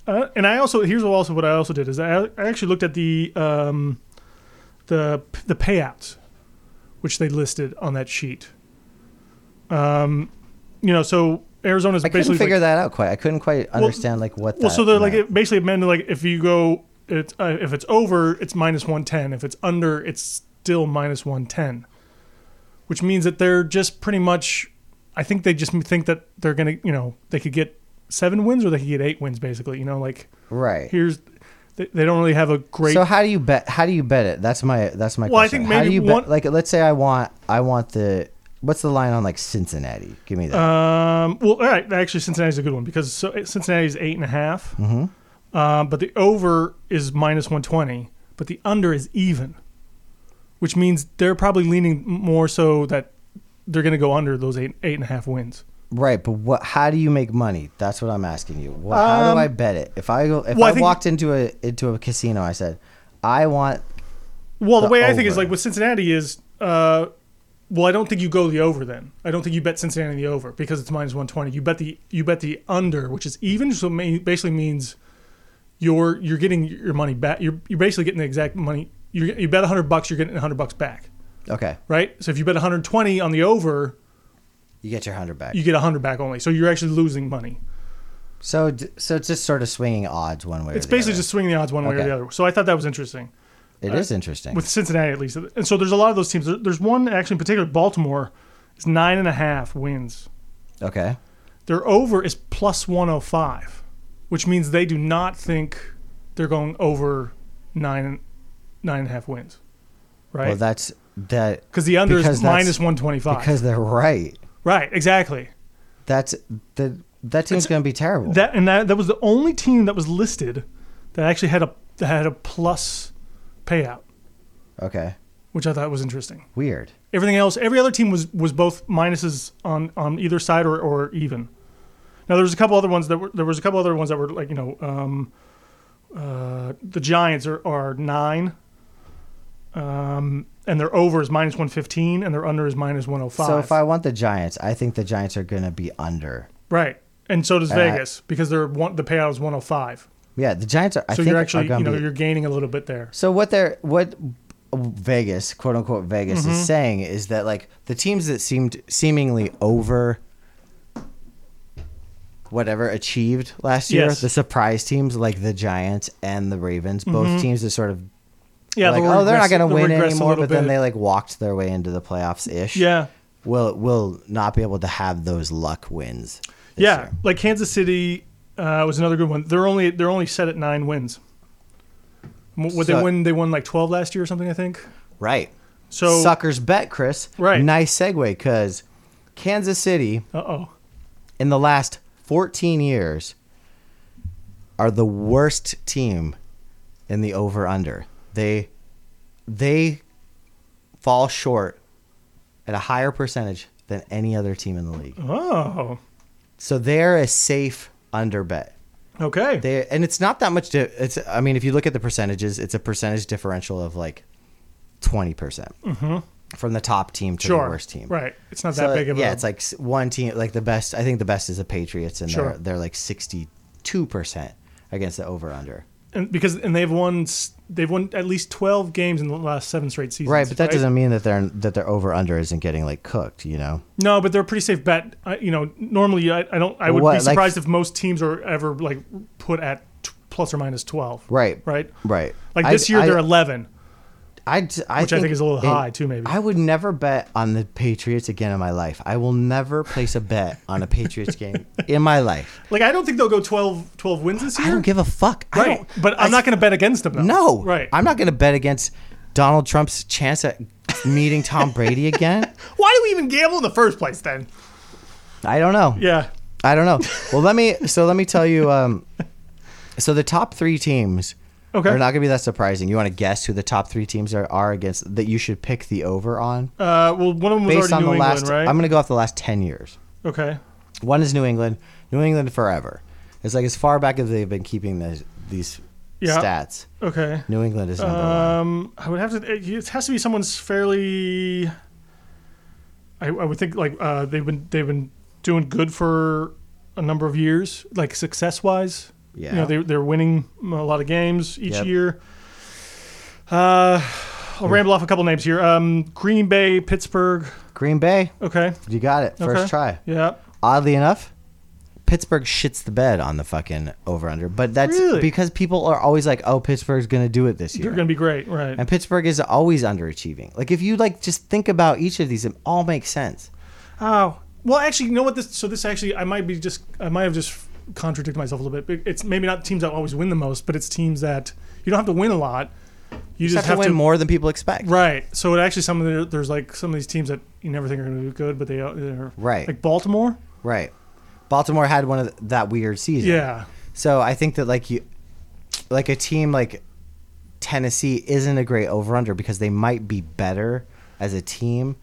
Speaker 2: Uh, and I also here's also what I also did is I, I actually looked at the um, the the payouts, which they listed on that sheet. Um, you know, so Arizona's
Speaker 1: I couldn't
Speaker 2: basically like-
Speaker 1: figure that out quite. I couldn't quite understand like what
Speaker 2: well,
Speaker 1: that
Speaker 2: so they're like
Speaker 1: meant.
Speaker 2: it basically it meant like if you go, it's uh, if it's over, it's minus one ten. If it's under, it's still minus one ten, which means that they're just pretty much. I think they just think that they're gonna, you know, they could get seven wins or they could get eight wins, basically. You know, like
Speaker 1: right.
Speaker 2: here's they, they don't really have a great.
Speaker 1: So how do you bet? How do you bet it? That's my that's my.
Speaker 2: Well, I
Speaker 1: question.
Speaker 2: think
Speaker 1: how do
Speaker 2: maybe
Speaker 1: you
Speaker 2: one-
Speaker 1: bet? Like, let's say I want I want the what's the line on like Cincinnati? Give me that.
Speaker 2: um, well, all right, actually, Cincinnati's a good one because so Cincinnati's eight and a half, um, but the over is minus one twenty, but the under is even, which means they're probably leaning more so that they're going to go under those eight eight and a half wins.
Speaker 1: right, but what? How do you make money? That's what I'm asking you. What, how
Speaker 2: Um,
Speaker 1: do I bet it? If I go, if
Speaker 2: well, I
Speaker 1: I,
Speaker 2: think-
Speaker 1: walked into a into a casino, I said, I want
Speaker 2: Well, the,
Speaker 1: The
Speaker 2: way I think is
Speaker 1: over.
Speaker 2: like with Cincinnati is, uh, well, I don't think you go the over then. I don't think you bet Cincinnati the over because it's minus one twenty. You bet the you bet the under, which is even, so ma- basically means you're you're getting your money back. You're you're basically getting the exact money. You you bet hundred bucks, you're getting hundred bucks back,
Speaker 1: okay,
Speaker 2: right? So if you bet one hundred twenty on the over,
Speaker 1: You get your hundred back.
Speaker 2: you get 100 back only. So you're actually losing money.
Speaker 1: So d- so it's just sort of swinging odds one way.
Speaker 2: It's
Speaker 1: or the
Speaker 2: basically
Speaker 1: other.
Speaker 2: just swinging the odds one way or
Speaker 1: Okay.
Speaker 2: the other. So I thought that was interesting.
Speaker 1: It is interesting.
Speaker 2: with Cincinnati at least. And so there's a lot of those teams. There- There's one actually in particular, Baltimore is nine and a half wins.
Speaker 1: okay.
Speaker 2: Their over is plus 105, which means they do not think they're going over nine nine and a half wins,
Speaker 1: Well,
Speaker 2: right?
Speaker 1: that's that
Speaker 2: Because the under
Speaker 1: because
Speaker 2: is
Speaker 1: that's-
Speaker 2: minus 125.
Speaker 1: because they're right.
Speaker 2: right, exactly.
Speaker 1: That's the that team's going to be terrible.
Speaker 2: That and that that was the only team that was listed that actually had a that had a plus payout,
Speaker 1: okay.
Speaker 2: which I thought was interesting.
Speaker 1: Weird.
Speaker 2: Everything else, every other team was was both minuses on on either side or, or even. Now there was a couple other ones that were there was a couple other ones that were like you know um, uh, the Giants are, are nine, um, and their over is minus one fifteen and their under is minus one hundred five.
Speaker 1: So if I want the Giants, I think the Giants are going to be under.
Speaker 2: right, and so does
Speaker 1: And I-
Speaker 2: Vegas because they're one the payout is one hundred five.
Speaker 1: Yeah, the Giants are. I
Speaker 2: So
Speaker 1: think
Speaker 2: you're
Speaker 1: are
Speaker 2: actually
Speaker 1: gonna
Speaker 2: you know
Speaker 1: be,
Speaker 2: you're gaining a little bit there.
Speaker 1: So what they're what Vegas, quote unquote Vegas,
Speaker 2: Mm-hmm.
Speaker 1: is saying is that like the teams that seemed seemingly over whatever achieved last year,
Speaker 2: Yes.
Speaker 1: the surprise teams like the Giants and the Ravens, both teams that sort of
Speaker 2: Mm-hmm. Yeah,
Speaker 1: like
Speaker 2: they'll
Speaker 1: oh they're not
Speaker 2: regress-
Speaker 1: going to
Speaker 2: they'll
Speaker 1: win
Speaker 2: regress a
Speaker 1: anymore,
Speaker 2: little
Speaker 1: but then
Speaker 2: bit.
Speaker 1: they like walked their way into the playoffs ish.
Speaker 2: yeah
Speaker 1: will will not be able to have those luck wins. this
Speaker 2: yeah
Speaker 1: year.
Speaker 2: like Kansas City uh, was another good one. They're only they're only set at nine wins. M- What they
Speaker 1: So-
Speaker 2: win? They won like twelve last year or something, I think.
Speaker 1: right.
Speaker 2: So uh
Speaker 1: Suckers bet, Chris.
Speaker 2: Right.
Speaker 1: Nice segue because Kansas City
Speaker 2: oh,
Speaker 1: in the last 14 years are the worst team in the over under. They they fall short at a higher percentage than any other team in the league.
Speaker 2: oh,
Speaker 1: So they're a safe under bet.
Speaker 2: okay,
Speaker 1: They and it's not that much di- it's I mean if you look at the percentages, it's a percentage differential of like 20% percent from the top team to
Speaker 2: Mm-hmm. sure,
Speaker 1: the worst team.
Speaker 2: right? It's not
Speaker 1: So,
Speaker 2: that big of a
Speaker 1: yeah, it's like s- one team, like the best. I think the best is the Patriots, and
Speaker 2: Sure.
Speaker 1: they're they're like sixty two percent against the over under.
Speaker 2: and because and they've won s- they've won at least twelve games in the last seven straight seasons.
Speaker 1: Right, but that doesn't mean that they're that their over under isn't getting like cooked. You know,
Speaker 2: No, but they're a pretty safe bet. I, you know, normally I, I don't. I would
Speaker 1: What,
Speaker 2: be
Speaker 1: like-
Speaker 2: surprised if most teams are ever like put at t- plus or minus twelve.
Speaker 1: right,
Speaker 2: Right.
Speaker 1: right.
Speaker 2: Like
Speaker 1: I-
Speaker 2: this year
Speaker 1: I-
Speaker 2: they're eleven.
Speaker 1: I, d- I
Speaker 2: which I think is a little
Speaker 1: it-
Speaker 2: high, too, maybe.
Speaker 1: I would never bet on the Patriots again in my life. I will never place a bet on a Patriots game in my life.
Speaker 2: Like I don't think they'll go 12, 12 wins this year.
Speaker 1: I don't give a fuck. I
Speaker 2: right,
Speaker 1: don't,
Speaker 2: but I'm
Speaker 1: I-
Speaker 2: not going to bet against them. Though.
Speaker 1: No,
Speaker 2: right.
Speaker 1: I'm not going to bet against Donald Trump's chance at meeting Tom Brady again.
Speaker 2: Why do we even gamble in the first place then?
Speaker 1: I don't know.
Speaker 2: Yeah,
Speaker 1: I don't know. Well, let me. So let me tell you. Um, so the top three teams
Speaker 2: Okay.
Speaker 1: are not going to be that surprising. You want to guess who the top three teams are, are against that you should pick the over on
Speaker 2: Uh, well, one of them was
Speaker 1: based
Speaker 2: already
Speaker 1: on
Speaker 2: New
Speaker 1: the
Speaker 2: England,
Speaker 1: last.
Speaker 2: right?
Speaker 1: I'm going to go off the last ten years.
Speaker 2: okay.
Speaker 1: One is New England. New England forever. It's like as far back as they've been keeping these these
Speaker 2: Yeah.
Speaker 1: stats.
Speaker 2: Okay.
Speaker 1: New England is number one.
Speaker 2: Um, I would have to. It it has to be someone's fairly. I, I would think like uh, they've been they've been doing good for a number of years, like success wise. You
Speaker 1: Yeah.
Speaker 2: know, they they're winning a lot of games each
Speaker 1: Yep. Hmm.
Speaker 2: year. Uh, I'll ramble off a couple names here. Um, Green Bay, Pittsburgh.
Speaker 1: Green Bay.
Speaker 2: Okay.
Speaker 1: You got it. First
Speaker 2: Okay.
Speaker 1: try.
Speaker 2: Yeah.
Speaker 1: Oddly enough, Pittsburgh shits the bed on the fucking over under, but that's
Speaker 2: Really?
Speaker 1: because people are always like, "Oh, Pittsburgh's going to do it this year."
Speaker 2: They're going to be great, right?
Speaker 1: And Pittsburgh is always underachieving. Like if you like just think about each of these, it all makes sense.
Speaker 2: Oh, well, actually, you know what? This so this actually, I might be just, I might have just contradicted myself a little bit. But It's maybe not teams that always win the most, but it's teams that you don't have to win a lot. You
Speaker 1: You
Speaker 2: just
Speaker 1: have, to win more than people expect.
Speaker 2: Right. So it actually, some of the, there's like some of these teams that you never think are going to do good, but they are. They're,
Speaker 1: Right.
Speaker 2: Like Baltimore.
Speaker 1: Right. Baltimore had one of th- that weird season.
Speaker 2: Yeah.
Speaker 1: So I think that like you, like a team like Tennessee isn't a great over under because they might be better as a team,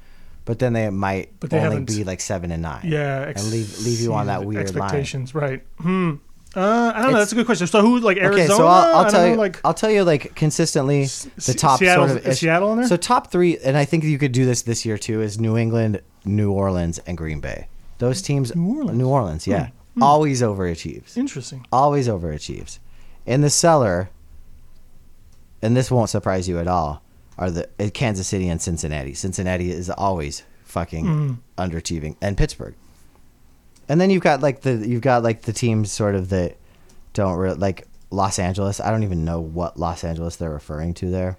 Speaker 1: but then they might
Speaker 2: But they
Speaker 1: only
Speaker 2: haven't-
Speaker 1: be like seven and nine.
Speaker 2: Yeah.
Speaker 1: and leave leave you on that
Speaker 2: exceeded
Speaker 1: weird line.
Speaker 2: expectations. Right. Hmm. Uh, I don't know.
Speaker 1: It's-
Speaker 2: That's a good question. So who like Arizona?
Speaker 1: Okay, so I'll,
Speaker 2: I
Speaker 1: I'll
Speaker 2: don't
Speaker 1: tell
Speaker 2: know,
Speaker 1: you.
Speaker 2: Like
Speaker 1: I'll tell you like consistently the top
Speaker 2: Seattle's-
Speaker 1: sort of
Speaker 2: is Seattle in there?
Speaker 1: So top three, and I think you could do this this year too. Is New England, New Orleans, and Green Bay? Those teams.
Speaker 2: New Orleans? Hmm.
Speaker 1: New Orleans. Yeah. Always overachieves.
Speaker 2: interesting.
Speaker 1: Always overachieves. In the cellar. And this won't surprise you at all. Are the uh, Kansas City and Cincinnati? Cincinnati is always fucking underachieving, and Pittsburgh. And then you've got like the you've got like the teams sort of that don't really like Los Angeles. I don't even know what Los Angeles they're referring to there.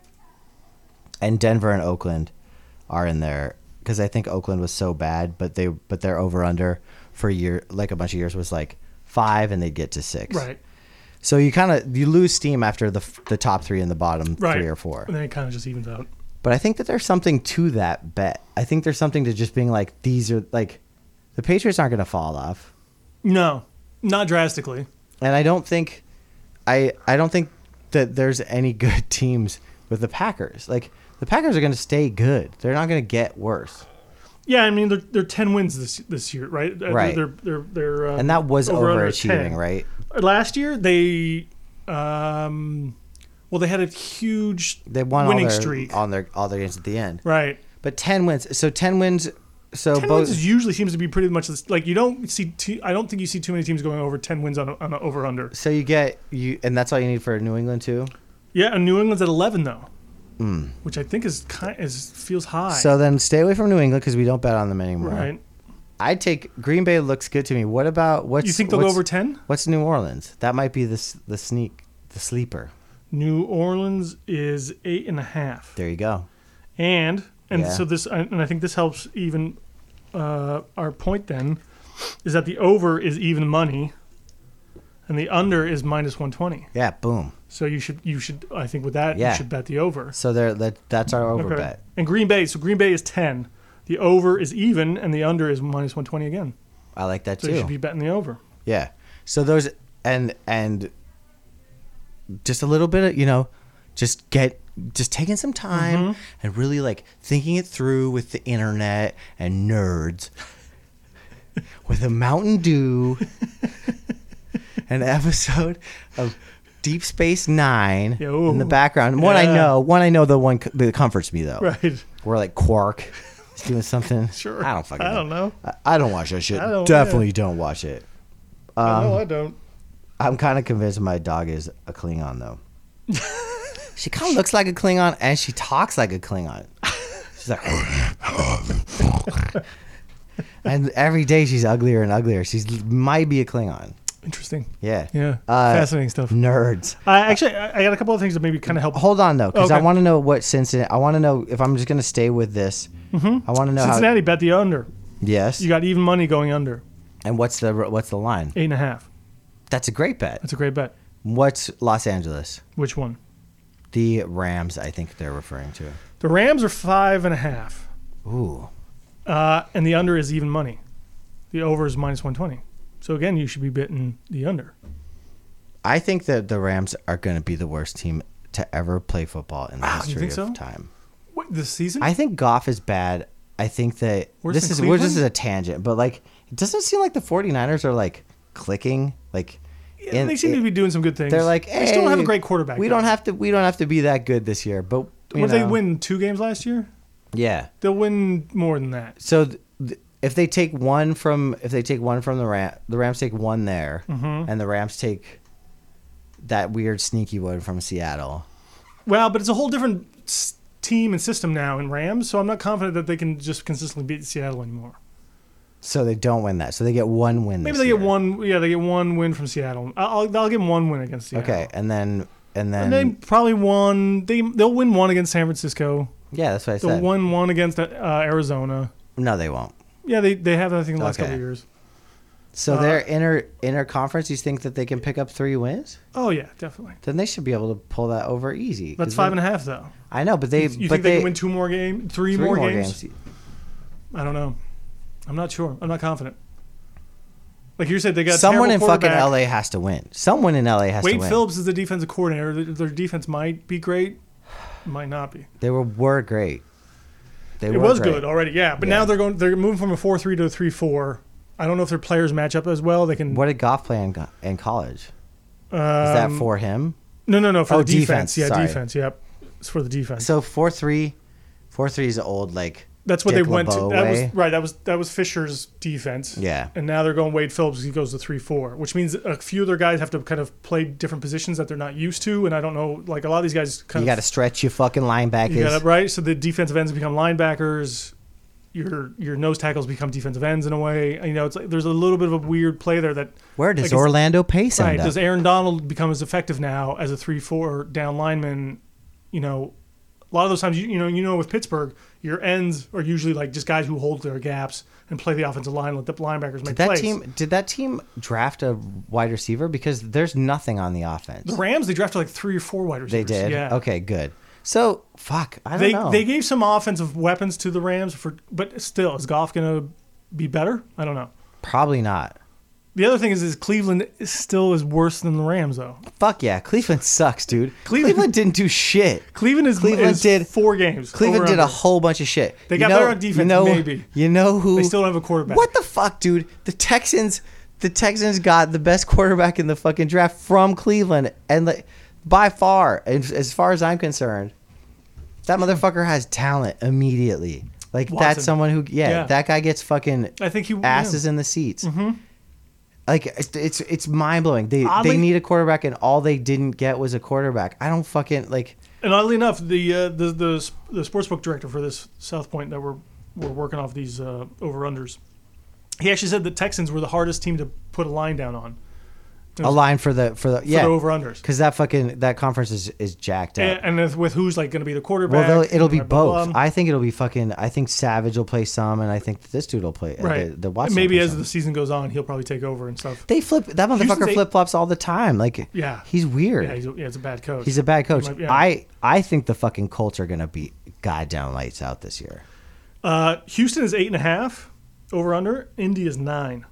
Speaker 1: And Denver and Oakland are in there because I think Oakland was so bad, but they but their over under for a year like a bunch of years was like five, and they'd get to six.
Speaker 2: Right.
Speaker 1: So you kind of you lose steam after the f- the top three and the bottom
Speaker 2: Right.
Speaker 1: three or four.
Speaker 2: And then it kind of just evens out.
Speaker 1: But I think that there's something to that bet. I think there's something to just being like these are like the Patriots aren't going to fall off,
Speaker 2: No, not drastically.
Speaker 1: and I don't think I I don't think that there's any good teams with the Packers. Like the Packers are going to stay good. They're not going to get worse.
Speaker 2: Yeah, I mean they're they're ten wins this this year, right? Uh,
Speaker 1: Right.
Speaker 2: They're they're they're uh,
Speaker 1: And that was
Speaker 2: over-under is 10.
Speaker 1: overachieving, right?
Speaker 2: Last year they, um, well they had a huge
Speaker 1: They won
Speaker 2: winning
Speaker 1: all their,
Speaker 2: streak,
Speaker 1: on their all their games at the end.
Speaker 2: right?
Speaker 1: But 10 wins. So 10 wins so
Speaker 2: Ten
Speaker 1: both
Speaker 2: wins usually seems to be pretty much this, like you don't see. T- I don't think you see too many teams going over ten wins on a, on a over under.
Speaker 1: so you get you and that's all you need for New England too.
Speaker 2: Yeah, and New England's at eleven though, which I think is kind is feels high.
Speaker 1: Hmm. So uh, then stay away from New England cuz we don't bet on them anymore.
Speaker 2: right?
Speaker 1: I take Green Bay looks good to me. What about what's
Speaker 2: You think they'll go
Speaker 1: what's-
Speaker 2: over ten?
Speaker 1: What's New Orleans? That might be the s- the sneak, the sleeper.
Speaker 2: New Orleans is eight and a half.
Speaker 1: There you go.
Speaker 2: and and
Speaker 1: Yeah.
Speaker 2: so this and I think this helps even uh, our point then is that the over is even money and the under is minus 120
Speaker 1: Yeah, boom.
Speaker 2: so you should you should I think with that
Speaker 1: Yeah.
Speaker 2: you should bet the over
Speaker 1: So there that that's our over bet.
Speaker 2: and Green Bay so Green Bay is 10 the over is even and the under is minus 120 again
Speaker 1: I like that
Speaker 2: so
Speaker 1: too.
Speaker 2: you should be betting the over
Speaker 1: yeah. So those and and just a little bit of, you know, just get just taking some time
Speaker 2: Mm-hmm.
Speaker 1: and really like thinking it through with the internet and nerds with a Mountain Dew an episode of Deep Space 9 in
Speaker 2: Yo.
Speaker 1: the background. One
Speaker 2: Yeah.
Speaker 1: I know, one I know the one c- that comforts me though.
Speaker 2: right
Speaker 1: We're like Quark is doing something.
Speaker 2: Sure.
Speaker 1: I don't fucking.
Speaker 2: I don't know.
Speaker 1: I, I don't watch that shit.
Speaker 2: I don't-
Speaker 1: Definitely don't watch it.
Speaker 2: no
Speaker 1: Um,
Speaker 2: I don't
Speaker 1: I'm kind of convinced my dog is a Klingon though. she kind of looks like a Klingon and she talks like a Klingon. She's like. and every day she's uglier and uglier. She's might be a Klingon.
Speaker 2: interesting
Speaker 1: Yeah.
Speaker 2: yeah
Speaker 1: Uh,
Speaker 2: fascinating stuff
Speaker 1: Nerds.
Speaker 2: I actually I I got a couple of things that maybe kind of help
Speaker 1: Hold on though, because I
Speaker 2: Okay.
Speaker 1: want to know what Cincinnati. I want to know if I'm just gonna stay with this. I want to know
Speaker 2: Mm-hmm. Cincinnati bet the under
Speaker 1: how. Yes.
Speaker 2: you got even money going under
Speaker 1: and what's the what's the line?
Speaker 2: eight and a half
Speaker 1: That's a great bet.
Speaker 2: that's a great bet
Speaker 1: What's Los Angeles?
Speaker 2: which one
Speaker 1: The Rams, I think they're referring to.
Speaker 2: The Rams are five and a half,
Speaker 1: Ooh.
Speaker 2: uh, and the under is even money. The over is minus one twenty. So again, you should be betting the under.
Speaker 1: I think that the Rams are going to be the worst team to ever play football in the
Speaker 2: Wow, Ah, you
Speaker 1: history
Speaker 2: think
Speaker 1: of
Speaker 2: so?
Speaker 1: time.
Speaker 2: What this season?
Speaker 1: I think Goff is bad. I think that
Speaker 2: Worse
Speaker 1: this
Speaker 2: than
Speaker 1: is well, this
Speaker 2: Cleveland?
Speaker 1: is a tangent, but like it doesn't seem like the 49ers are like clicking like
Speaker 2: Yeah,
Speaker 1: in-
Speaker 2: they seem to
Speaker 1: it-
Speaker 2: be doing some good things.
Speaker 1: They're like
Speaker 2: they still don't have a
Speaker 1: "Hey,
Speaker 2: great quarterback.
Speaker 1: We
Speaker 2: though.
Speaker 1: don't have to we don't have to be that good this year, but you
Speaker 2: What did they
Speaker 1: know.
Speaker 2: win two games last year?
Speaker 1: Yeah.
Speaker 2: They'll win more than that.
Speaker 1: so th- th- if they take one from if they take one from the Ram, the Rams take one there,
Speaker 2: Mm-hmm.
Speaker 1: and the Rams take that weird sneaky one from Seattle.
Speaker 2: Well, but it's a whole different s- team and system now in Rams, so I'm not confident that they can just consistently beat Seattle anymore.
Speaker 1: So they don't win that. So they get one win.
Speaker 2: Maybe
Speaker 1: this
Speaker 2: they get
Speaker 1: year.
Speaker 2: one. Yeah, they get one win from Seattle. I- I'll, I'll give them one win against Seattle.
Speaker 1: Okay, and then and then
Speaker 2: And they probably won. They they'll win one against San Francisco.
Speaker 1: yeah, that's what I
Speaker 2: The
Speaker 1: said.
Speaker 2: one one against uh, Arizona.
Speaker 1: no, they won't.
Speaker 2: Yeah, they, they have I think in the last
Speaker 1: Okay.
Speaker 2: couple of years.
Speaker 1: So
Speaker 2: Uh,
Speaker 1: their inner inner conference, you think that they can pick up three wins?
Speaker 2: Oh yeah, definitely.
Speaker 1: Then they should be able to pull that over easy.
Speaker 2: That's five and a half though.
Speaker 1: half. I know, but they
Speaker 2: You
Speaker 1: but
Speaker 2: think they, can win two more game, three,
Speaker 1: three
Speaker 2: more, games? I don't know. I'm not sure. I'm not confident. Like you said, they got a
Speaker 1: Someone
Speaker 2: terrible
Speaker 1: in fucking
Speaker 2: quarterback.
Speaker 1: LA has to win. Someone in LA has to
Speaker 2: Wade
Speaker 1: win.
Speaker 2: Phillips is the defensive coordinator. Their, their defense might be great, might not be.
Speaker 1: They were were great. They
Speaker 2: It
Speaker 1: were
Speaker 2: was
Speaker 1: great.
Speaker 2: good already, yeah. But
Speaker 1: Yeah.
Speaker 2: now they're going. They're moving from a four three to a three four. I don't know if their players match up as well. They can.
Speaker 1: What did Goff play in, go- in college? Is that
Speaker 2: um,
Speaker 1: for him?
Speaker 2: No, no, no. For
Speaker 1: Oh,
Speaker 2: the defense.
Speaker 1: defense,
Speaker 2: Yeah,
Speaker 1: sorry.
Speaker 2: defense. Yep. It's for the defense.
Speaker 1: So four three, four three is old like.
Speaker 2: That's what
Speaker 1: Dick
Speaker 2: they went to.
Speaker 1: LeBeau
Speaker 2: That
Speaker 1: way.
Speaker 2: was right. That was that was Fisher's defense.
Speaker 1: Yeah.
Speaker 2: And now they're going Wade Phillips. He goes to three four, which means a few of their guys have to kind of play different positions that they're not used to. And I don't know, like a lot of these guys kind
Speaker 1: You got
Speaker 2: of
Speaker 1: to stretch your fucking linebackers.
Speaker 2: you gotta- right. So the defensive ends become linebackers. your your nose tackles become defensive ends in a way. You know, it's like there's a little bit of a weird play there that
Speaker 1: Where does
Speaker 2: Like, it's-
Speaker 1: Orlando Pace
Speaker 2: right
Speaker 1: end up?
Speaker 2: does Aaron Donald become as effective now as a three four down lineman? You know, a lot of those times you you know you know with Pittsburgh your ends are usually like just guys who hold their gaps and play the offensive line, let the linebackers make
Speaker 1: Did that
Speaker 2: plays.
Speaker 1: team did that team draft a wide receiver because there's nothing on the offense.
Speaker 2: the Rams they drafted like three or four wide
Speaker 1: They
Speaker 2: receivers.
Speaker 1: did.
Speaker 2: Yeah.
Speaker 1: Okay, good. So fuck, I don't
Speaker 2: They
Speaker 1: know.
Speaker 2: they gave some offensive weapons to the Rams for, but still is Goff gonna be better? I don't know.
Speaker 1: Probably not.
Speaker 2: The other thing is, is Cleveland is- still is worse than the Rams though.
Speaker 1: Fuck yeah, Cleveland sucks, dude.
Speaker 2: Cleveland-
Speaker 1: Cleveland, didn't do shit.
Speaker 2: Cleveland is
Speaker 1: Cleveland
Speaker 2: is
Speaker 1: did-
Speaker 2: four games.
Speaker 1: Cleveland
Speaker 2: over
Speaker 1: did a
Speaker 2: under.
Speaker 1: whole bunch of shit.
Speaker 2: They got better on defense,
Speaker 1: you know,
Speaker 2: maybe.
Speaker 1: You know who?
Speaker 2: They still don't have a quarterback.
Speaker 1: What the fuck, dude? The Texans, the Texans got the best quarterback in the fucking draft from Cleveland, and like by far, as as far as I'm concerned, that motherfucker has talent immediately. Like
Speaker 2: Watson.
Speaker 1: that's someone who, yeah,
Speaker 2: Yeah.
Speaker 1: that guy gets fucking
Speaker 2: I think he yeah.
Speaker 1: asses in the seats.
Speaker 2: Mm-hmm.
Speaker 1: Like it's it's, it's mind blowing. They
Speaker 2: Oddly-
Speaker 1: they need a quarterback, and all they didn't get was a quarterback. I don't fucking like.
Speaker 2: And oddly enough, the uh, the the the sportsbook director for this South Point that we're we're working off these uh, over unders, he actually said the Texans were the hardest team to put a line down on
Speaker 1: A line for the for the
Speaker 2: for
Speaker 1: yeah
Speaker 2: the over unders.
Speaker 1: Because that fucking that conference is is jacked up.
Speaker 2: And, and if- with who's like going to be the quarterback?
Speaker 1: well, though it'll be
Speaker 2: blah, blah, blah,
Speaker 1: both.
Speaker 2: blah.
Speaker 1: I think it'll be fucking. I think Savage will play some, and I think this dude will play. uh,
Speaker 2: right.
Speaker 1: The, the Watson.
Speaker 2: Maybe
Speaker 1: will play
Speaker 2: as
Speaker 1: some.
Speaker 2: the season goes on, he'll probably take over and stuff.
Speaker 1: they flip that
Speaker 2: Houston's
Speaker 1: motherfucker
Speaker 2: eight-
Speaker 1: flip flops all the time. Like
Speaker 2: Yeah.
Speaker 1: he's weird.
Speaker 2: Yeah, he's a, yeah, it's a bad coach.
Speaker 1: He's a bad coach.
Speaker 2: might- yeah.
Speaker 1: I I think the fucking Colts are gonna be goddamn lights out this year.
Speaker 2: uh, Houston is eight and a half over under. Indy is nine.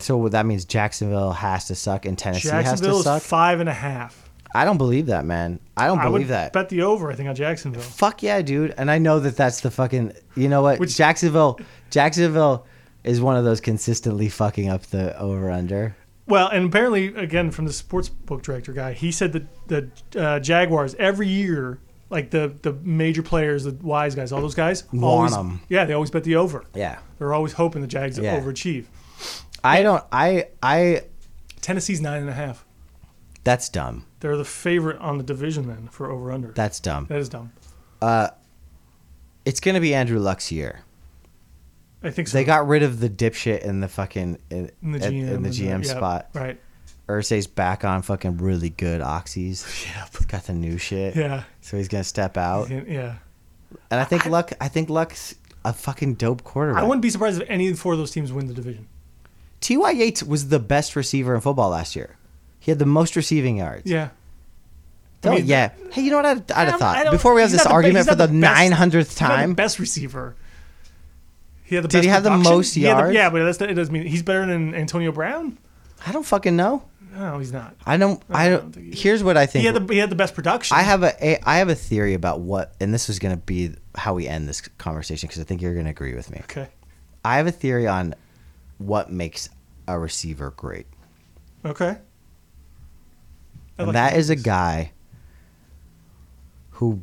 Speaker 1: So that means Jacksonville has to suck and Tennessee has to
Speaker 2: Jacksonville
Speaker 1: suck.
Speaker 2: is five and a half.
Speaker 1: I don't believe that, man. I don't
Speaker 2: I
Speaker 1: believe
Speaker 2: would
Speaker 1: that.
Speaker 2: bet the over. I think on Jacksonville.
Speaker 1: Fuck yeah, dude. And I know that that's the fucking. You know what?
Speaker 2: Which-
Speaker 1: Jacksonville. Jacksonville is one of those consistently fucking up the over under.
Speaker 2: Well, and apparently, again, from the sports book director guy, he said that the uh, Jaguars every year, like the the major players, the wise guys, all those guys,
Speaker 1: Want
Speaker 2: always,
Speaker 1: 'em.
Speaker 2: yeah, they always bet the over.
Speaker 1: Yeah.
Speaker 2: They're always hoping the Jags
Speaker 1: Yeah.
Speaker 2: overachieve.
Speaker 1: I don't. I. I.
Speaker 2: Tennessee's nine and a half.
Speaker 1: That's dumb.
Speaker 2: They're the favorite on the division then for over under.
Speaker 1: That's dumb.
Speaker 2: that is dumb.
Speaker 1: It's gonna be Andrew Luck's year.
Speaker 2: I think so.
Speaker 1: They got rid of the dipshit in the fucking in,
Speaker 2: in the
Speaker 1: at-
Speaker 2: GM,
Speaker 1: in the
Speaker 2: and
Speaker 1: GM
Speaker 2: yeah,
Speaker 1: spot.
Speaker 2: right?
Speaker 1: Ursay's back on fucking really good oxys.
Speaker 2: Yep.
Speaker 1: Got the new shit.
Speaker 2: Yeah.
Speaker 1: So he's gonna step out,
Speaker 2: Yeah.
Speaker 1: and I think Luck. I think Luck's a fucking dope quarterback.
Speaker 2: I wouldn't be surprised if any of the four of those teams win the division.
Speaker 1: T.Y. Yates was the best receiver in football last year. He had the most receiving yards.
Speaker 2: Yeah.
Speaker 1: Oh,
Speaker 2: I mean-
Speaker 1: yeah. Hey, you know what I'd, I'd
Speaker 2: I
Speaker 1: have
Speaker 2: don't- Um, I
Speaker 1: thought?
Speaker 2: don't-
Speaker 1: Before we have
Speaker 2: he's
Speaker 1: this
Speaker 2: not the be-
Speaker 1: argument
Speaker 2: he's
Speaker 1: for the
Speaker 2: not the best-
Speaker 1: 900th
Speaker 2: He's not
Speaker 1: time,
Speaker 2: the best receiver. He had the
Speaker 1: Did
Speaker 2: best
Speaker 1: he have the
Speaker 2: production?
Speaker 1: most
Speaker 2: He had the-
Speaker 1: yards?
Speaker 2: yeah, but that's, that doesn't mean he's better than Antonio Brown.
Speaker 1: I don't fucking know.
Speaker 2: No, he's not.
Speaker 1: I don't. I
Speaker 2: don't
Speaker 1: don't.
Speaker 2: think he is.
Speaker 1: Here's what I think.
Speaker 2: He had the he had the best production.
Speaker 1: I have a, a I have a theory about what, and this is going to be how we end this conversation because I think you're going to agree with me.
Speaker 2: okay.
Speaker 1: I have a theory on what makes a receiver great,
Speaker 2: Okay. I
Speaker 1: and
Speaker 2: like
Speaker 1: that
Speaker 2: him.
Speaker 1: is a guy who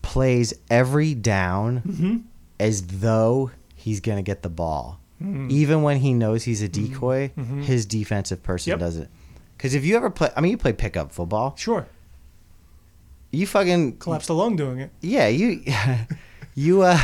Speaker 1: plays every down
Speaker 2: Mm-hmm.
Speaker 1: as though he's going to get the ball,
Speaker 2: Mm.
Speaker 1: even when he knows he's a decoy. His defensive person
Speaker 2: Mm-hmm. Yep.
Speaker 1: does it. Because if you ever play, I mean, you play pickup football,
Speaker 2: sure
Speaker 1: you fucking
Speaker 2: collapsed a lung doing it.
Speaker 1: yeah you you uh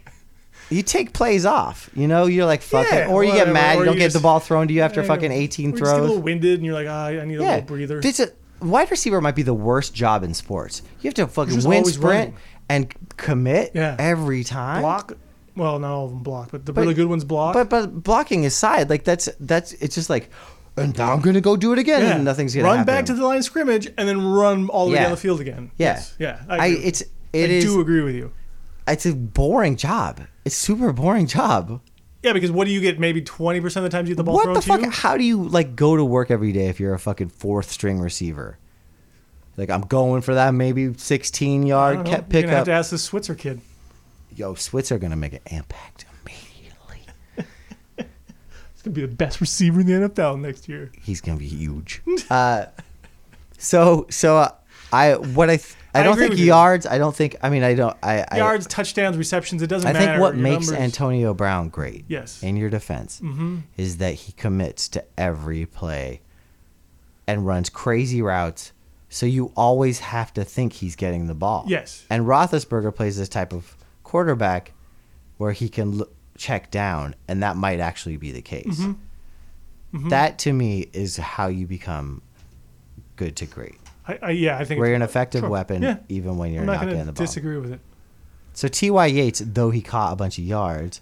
Speaker 1: you take plays off you know you're like fuck
Speaker 2: Yeah,
Speaker 1: it or you
Speaker 2: whatever,
Speaker 1: get mad
Speaker 2: or
Speaker 1: you don't
Speaker 2: you
Speaker 1: get
Speaker 2: just-
Speaker 1: the ball thrown to you after
Speaker 2: Yeah,
Speaker 1: fucking
Speaker 2: or
Speaker 1: 18
Speaker 2: you just get a little
Speaker 1: throws
Speaker 2: winded, and you're like, ah, I need a
Speaker 1: yeah
Speaker 2: little breather.
Speaker 1: This is- wide receiver might be the worst job in sports you have to fucking
Speaker 2: just
Speaker 1: win
Speaker 2: always
Speaker 1: sprint
Speaker 2: running.
Speaker 1: and commit
Speaker 2: Yeah.
Speaker 1: every time
Speaker 2: block. Well, not all of them block, but the
Speaker 1: But-
Speaker 2: really good ones block.
Speaker 1: but but blocking aside like that's that's it's just like and now I'm gonna go do it again
Speaker 2: yeah.
Speaker 1: and nothing's gonna
Speaker 2: run
Speaker 1: happen.
Speaker 2: back to the line of scrimmage and then run all the way
Speaker 1: Yeah.
Speaker 2: down the field again.
Speaker 1: Yeah.
Speaker 2: Yes. Yeah.
Speaker 1: I,
Speaker 2: agree.
Speaker 1: it's it
Speaker 2: I
Speaker 1: is
Speaker 2: do agree with you.
Speaker 1: it's a boring job it's super boring job
Speaker 2: Yeah, because what do you get? Maybe twenty percent of the times you get the ball
Speaker 1: what
Speaker 2: thrown
Speaker 1: the fuck?
Speaker 2: to you.
Speaker 1: How do you like go to work every day if you're a fucking fourth string receiver? Like I'm going for that maybe 16
Speaker 2: I
Speaker 1: yard
Speaker 2: don't know.
Speaker 1: kept
Speaker 2: You're gonna have
Speaker 1: pickup.
Speaker 2: to ask this Switzer kid.
Speaker 1: Yo, Switzer gonna make an impact immediately.
Speaker 2: He's gonna be the best receiver in the NFL next year.
Speaker 1: He's gonna be huge. uh, so so uh, I what I th- I
Speaker 2: I
Speaker 1: don't
Speaker 2: agree
Speaker 1: think
Speaker 2: with you.
Speaker 1: yards. I don't think. I mean, I don't. I I-
Speaker 2: Yards, touchdowns, receptions, it doesn't
Speaker 1: I,
Speaker 2: matter.
Speaker 1: think what
Speaker 2: Your
Speaker 1: makes
Speaker 2: numbers-
Speaker 1: Antonio Brown great.
Speaker 2: Yes. Mm-hmm.
Speaker 1: In your defense, is that he commits to every play, and runs crazy routes. So you always have to think he's getting the ball.
Speaker 2: Yes.
Speaker 1: And Roethlisberger plays this type of quarterback where he can look, check down, and that might actually be the case.
Speaker 2: Mm-hmm.
Speaker 1: That to me is how you become good to great.
Speaker 2: I, I, yeah, I think
Speaker 1: Where
Speaker 2: it's-
Speaker 1: you're an effective
Speaker 2: sure.
Speaker 1: weapon,
Speaker 2: Yeah.
Speaker 1: even when you're
Speaker 2: I'm
Speaker 1: not,
Speaker 2: not going
Speaker 1: getting the
Speaker 2: to
Speaker 1: ball.
Speaker 2: disagree with it.
Speaker 1: So T.Y. Yates, though he caught a bunch of yards,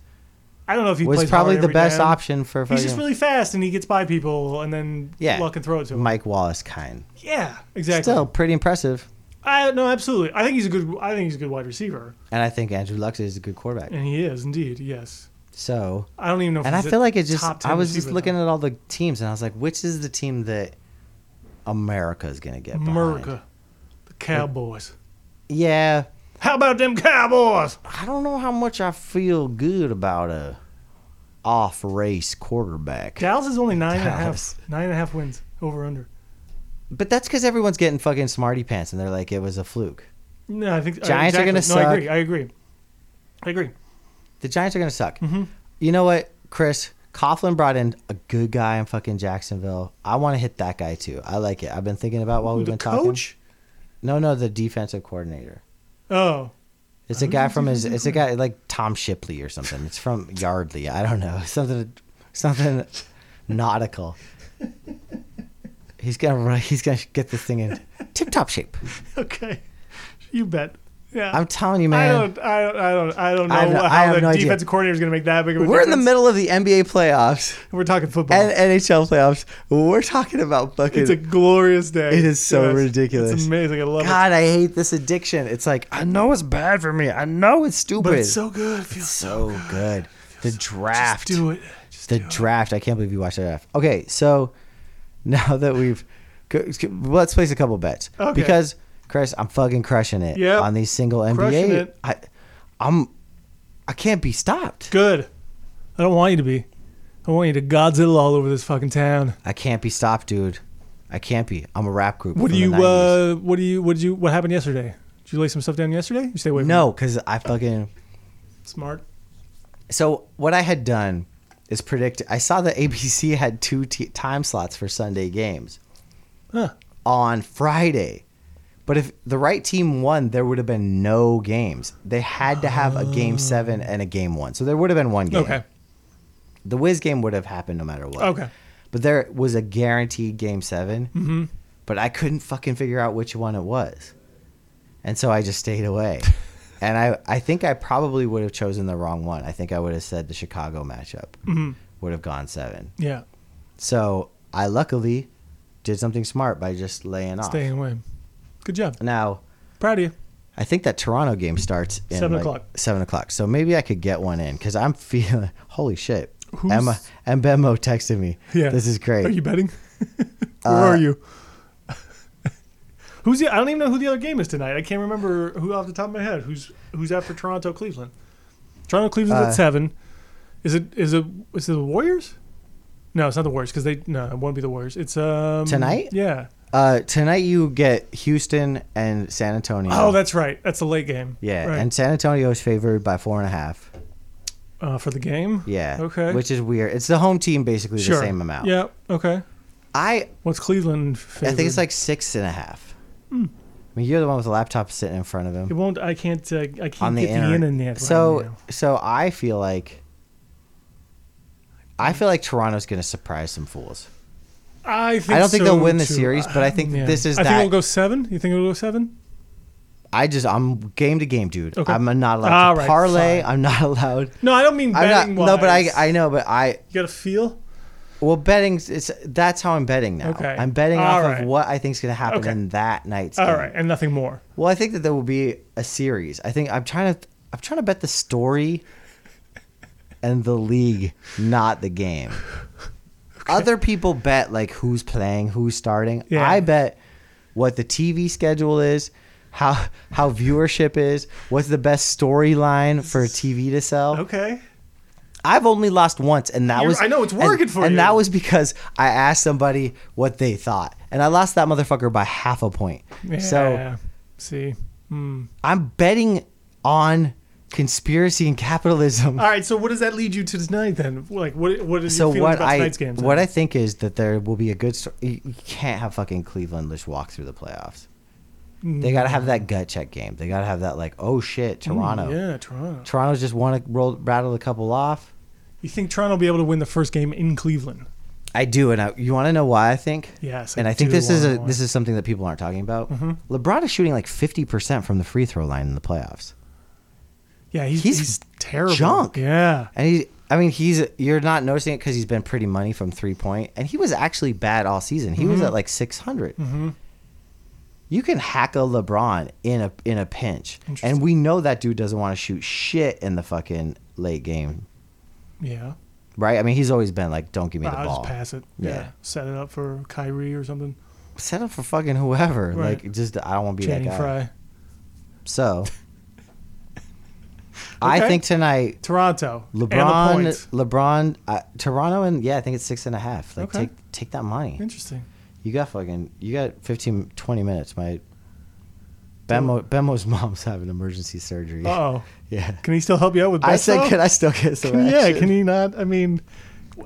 Speaker 2: I don't know if he
Speaker 1: was
Speaker 2: plays
Speaker 1: probably
Speaker 2: hard
Speaker 1: the
Speaker 2: every
Speaker 1: best
Speaker 2: down.
Speaker 1: option for
Speaker 2: He's
Speaker 1: fucking
Speaker 2: just really fast and he gets by people and then
Speaker 1: Yeah.
Speaker 2: luck and throw it to him.
Speaker 1: Mike Wallace kind.
Speaker 2: Yeah, exactly.
Speaker 1: Still pretty impressive.
Speaker 2: I no, absolutely. I think he's a good. I think he's a good wide receiver,
Speaker 1: And I think Andrew Luck is a good quarterback.
Speaker 2: and he is indeed. Yes,
Speaker 1: So,
Speaker 2: I don't even know. If
Speaker 1: and I
Speaker 2: he's a
Speaker 1: feel like it
Speaker 2: top
Speaker 1: just,
Speaker 2: 10
Speaker 1: I was just
Speaker 2: receiver,
Speaker 1: looking
Speaker 2: though.
Speaker 1: at all the teams and I was like, which is the team that America is going to get behind?
Speaker 2: America, the Cowboys.
Speaker 1: Yeah.
Speaker 2: How about them Cowboys?
Speaker 1: I don't know how much I feel good about a off race quarterback.
Speaker 2: Dallas is only nine and a half.
Speaker 1: Dallas.
Speaker 2: Nine and a half wins over under.
Speaker 1: But that's because everyone's getting fucking smarty pants and they're like, it was a fluke.
Speaker 2: No, I think uh,
Speaker 1: Giants are
Speaker 2: exactly.
Speaker 1: gonna
Speaker 2: no,
Speaker 1: suck.
Speaker 2: I agree. I agree. I agree.
Speaker 1: The Giants are going to suck.
Speaker 2: Mm-hmm.
Speaker 1: You know what, Chris? Coughlin brought in a good guy in fucking Jacksonville. I want to hit that guy too. I like it. I've been thinking about while we've
Speaker 2: the
Speaker 1: been talking.
Speaker 2: coach.
Speaker 1: No, no, the defensive coordinator.
Speaker 2: Oh,
Speaker 1: It's a
Speaker 2: Who's
Speaker 1: guy
Speaker 2: the
Speaker 1: from his.
Speaker 2: defensive
Speaker 1: It's a guy like Tom Shipley or something. It's from Yardley. I don't know something, something nautical. He's gonna run, he's gonna get this thing in tip top shape.
Speaker 2: okay. You bet. Yeah.
Speaker 1: I'm telling you,
Speaker 2: I
Speaker 1: man.
Speaker 2: don't, I don't, I don't, I don't know
Speaker 1: I have no- I
Speaker 2: how
Speaker 1: have
Speaker 2: the
Speaker 1: no idea.
Speaker 2: defensive coordinator is going to make that big of a
Speaker 1: We're in
Speaker 2: difference.
Speaker 1: the middle of the NBA playoffs
Speaker 2: We're talking football.
Speaker 1: and NHL playoffs. We're talking about fucking.
Speaker 2: it's a glorious day.
Speaker 1: It is so
Speaker 2: Yes.
Speaker 1: ridiculous.
Speaker 2: It's amazing. I love it.
Speaker 1: God, I hate this addiction. It's like I know it's bad for me. I know it's stupid.
Speaker 2: But it's so good. It feels so
Speaker 1: so good. The draft.
Speaker 2: Just do it. Just
Speaker 1: the
Speaker 2: do it.
Speaker 1: draft. I can't believe you watched the draft. Okay, so now that we've go- let's place a couple bets
Speaker 2: Okay.
Speaker 1: because Chris, I'm fucking crushing it
Speaker 2: Yep.
Speaker 1: on these single
Speaker 2: Crushing
Speaker 1: NBA.
Speaker 2: it.
Speaker 1: I, I'm I can't be stopped.
Speaker 2: Good. I don't want you to be. I want you to Godzilla all over this fucking town.
Speaker 1: I can't be stopped, dude. I can't be. I'm a rap group.
Speaker 2: What do
Speaker 1: from the
Speaker 2: you?
Speaker 1: 90s.
Speaker 2: Uh, what do you? What did you? What happened yesterday? Did you lay some stuff down yesterday? You stay away. From
Speaker 1: No, because I fucking.
Speaker 2: it. Smart.
Speaker 1: So what I had done is predict. I saw that ABC had two t- time slots for Sunday games.
Speaker 2: Huh.
Speaker 1: on Friday. But if the right team won, there would have been no games. They had to have a game seven and a game one. So there would have been one game.
Speaker 2: Oh. Okay.
Speaker 1: The Wiz game would have happened no matter what.
Speaker 2: Okay.
Speaker 1: But there was a guaranteed game 7 Mm-hmm. But I couldn't fucking figure out which one it was. And so I just stayed away. and I, I think I probably would have chosen the wrong one. I think I would have said the Chicago matchup would have gone seven.
Speaker 2: Mm-hmm. Yeah.
Speaker 1: So I luckily did something smart by just laying off.
Speaker 2: Staying away. Good job.
Speaker 1: Now,
Speaker 2: Proud of you.
Speaker 1: I think that Toronto game starts in
Speaker 2: Seven
Speaker 1: like,
Speaker 2: o'clock.
Speaker 1: Seven o'clock. So maybe I could get one in because I'm feeling. Holy shit!
Speaker 2: Who's-
Speaker 1: Emma and Bemo texted me.
Speaker 2: Yeah.
Speaker 1: this is
Speaker 2: Are
Speaker 1: great. Uh,
Speaker 2: you betting? Where are you? who's the? I don't even know who the other game is tonight. I can't remember who off the top of my head. Who's who's after Toronto, Cleveland? Toronto, Cleveland's
Speaker 1: Uh,
Speaker 2: at seven. Is it? Is it? Is it the Warriors? No, it's not the Warriors because they no, it won't be the Warriors. It's um
Speaker 1: Tonight?
Speaker 2: Yeah.
Speaker 1: uh, tonight you get Houston and San Antonio.
Speaker 2: Oh, that's right. That's the late game.
Speaker 1: yeah.
Speaker 2: Right.
Speaker 1: And San Antonio is favored by four and a half.
Speaker 2: uh, for the game.
Speaker 1: Yeah.
Speaker 2: Okay.
Speaker 1: Which is weird. It's the home team basically
Speaker 2: sure.
Speaker 1: the same amount.
Speaker 2: Yeah. Okay.
Speaker 1: I
Speaker 2: What's Cleveland?
Speaker 1: I think
Speaker 2: favored? Hmm.
Speaker 1: it's like six and a half. I mean, you're the one with the laptop sitting in front of him.
Speaker 2: It won't. I can't. Uh, I can't
Speaker 1: on the
Speaker 2: get the
Speaker 1: internet.
Speaker 2: internet. right
Speaker 1: so
Speaker 2: now.
Speaker 1: so I feel like I feel like Toronto's going to surprise some fools.
Speaker 2: I think
Speaker 1: I don't think
Speaker 2: so,
Speaker 1: they'll win the
Speaker 2: too. Uh,
Speaker 1: series, but I think this is
Speaker 2: I think
Speaker 1: that-
Speaker 2: it'll go seven. You think it'll go seven?
Speaker 1: I just I'm game to game, dude.
Speaker 2: Okay.
Speaker 1: I'm not allowed
Speaker 2: All
Speaker 1: to
Speaker 2: right,
Speaker 1: parlay.
Speaker 2: fine.
Speaker 1: I'm not allowed.
Speaker 2: No, I don't mean
Speaker 1: I'm
Speaker 2: betting.
Speaker 1: not. No, but I
Speaker 2: wise.
Speaker 1: I know, but I
Speaker 2: you got a feel.
Speaker 1: well betting. It's that's how I'm betting now.
Speaker 2: Okay.
Speaker 1: I'm betting
Speaker 2: All
Speaker 1: off
Speaker 2: right.
Speaker 1: of what I think's going to happen
Speaker 2: Okay.
Speaker 1: in that night's
Speaker 2: All
Speaker 1: game.
Speaker 2: right, and nothing more.
Speaker 1: Well, I think that there will be a series. I think I'm trying to I'm trying to bet the story and the league, not the game. Other people bet like who's playing, who's starting.
Speaker 2: Yeah.
Speaker 1: I bet what the TV schedule is, how how viewership is, what's the best storyline for a TV to sell.
Speaker 2: Okay.
Speaker 1: I've only lost once, and that
Speaker 2: You're-
Speaker 1: was
Speaker 2: I know, it's
Speaker 1: and-
Speaker 2: working for
Speaker 1: And
Speaker 2: you.
Speaker 1: that was because I asked somebody what they thought, and I lost that motherfucker by half a point.
Speaker 2: Yeah.
Speaker 1: So.
Speaker 2: see. Hmm.
Speaker 1: I'm betting on conspiracy and capitalism.
Speaker 2: All right. So what does that lead you to tonight then? Like what? What is
Speaker 1: so
Speaker 2: your feelings
Speaker 1: what
Speaker 2: about
Speaker 1: I
Speaker 2: tonight's game?
Speaker 1: what I think is that there will be a good. Sto- you, you can't have fucking Cleveland just walk through the playoffs.
Speaker 2: Mm.
Speaker 1: They got to have that gut check game. They got to have that like, oh shit, Toronto.
Speaker 2: Hmm, Yeah, Toronto.
Speaker 1: Toronto's just want to roll rattle a couple off.
Speaker 2: You think Toronto will be able to win the first game in Cleveland?
Speaker 1: I do, and I, you want to know why I think.
Speaker 2: Yes, I
Speaker 1: and I think
Speaker 2: do
Speaker 1: this is
Speaker 2: wanna
Speaker 1: a
Speaker 2: know why. Mm-hmm.
Speaker 1: this is something that people aren't talking about. LeBron is shooting like fifty percent from the free throw line in the playoffs,
Speaker 2: Yeah, he's,
Speaker 1: He's
Speaker 2: he's, terrible.
Speaker 1: junk.
Speaker 2: Yeah.
Speaker 1: and he. I mean, he's you're not noticing it because he's been pretty money from three point, and he was actually bad all season. He
Speaker 2: Mm-hmm.
Speaker 1: was at like six You can hack a LeBron in a in a pinch,
Speaker 2: Interesting.
Speaker 1: and we know that dude doesn't want to shoot shit in the fucking late game,
Speaker 2: Yeah.
Speaker 1: right? I mean, he's always been like, "Don't give me the
Speaker 2: I'll
Speaker 1: ball,
Speaker 2: just pass it.
Speaker 1: Yeah.
Speaker 2: Yeah. Set it up for Kyrie or something.
Speaker 1: set up for fucking whoever."
Speaker 2: Right.
Speaker 1: Like, just I don't want to be
Speaker 2: Channing
Speaker 1: that guy.
Speaker 2: Fry.
Speaker 1: So I
Speaker 2: Okay.
Speaker 1: think tonight
Speaker 2: Toronto. and the
Speaker 1: LeBron,
Speaker 2: points.
Speaker 1: LeBron, uh, Toronto, and yeah, I think it's six and a half. Like
Speaker 2: Okay.
Speaker 1: take take that money.
Speaker 2: Interesting.
Speaker 1: You got fucking you got 15, 20 minutes. My Bemo, Bemo's mom's having emergency surgery.
Speaker 2: Uh oh.
Speaker 1: Yeah,
Speaker 2: Can he still help you out with that?
Speaker 1: I said,
Speaker 2: though?
Speaker 1: can I still get some?
Speaker 2: Can- yeah,
Speaker 1: action?
Speaker 2: can he not? I mean,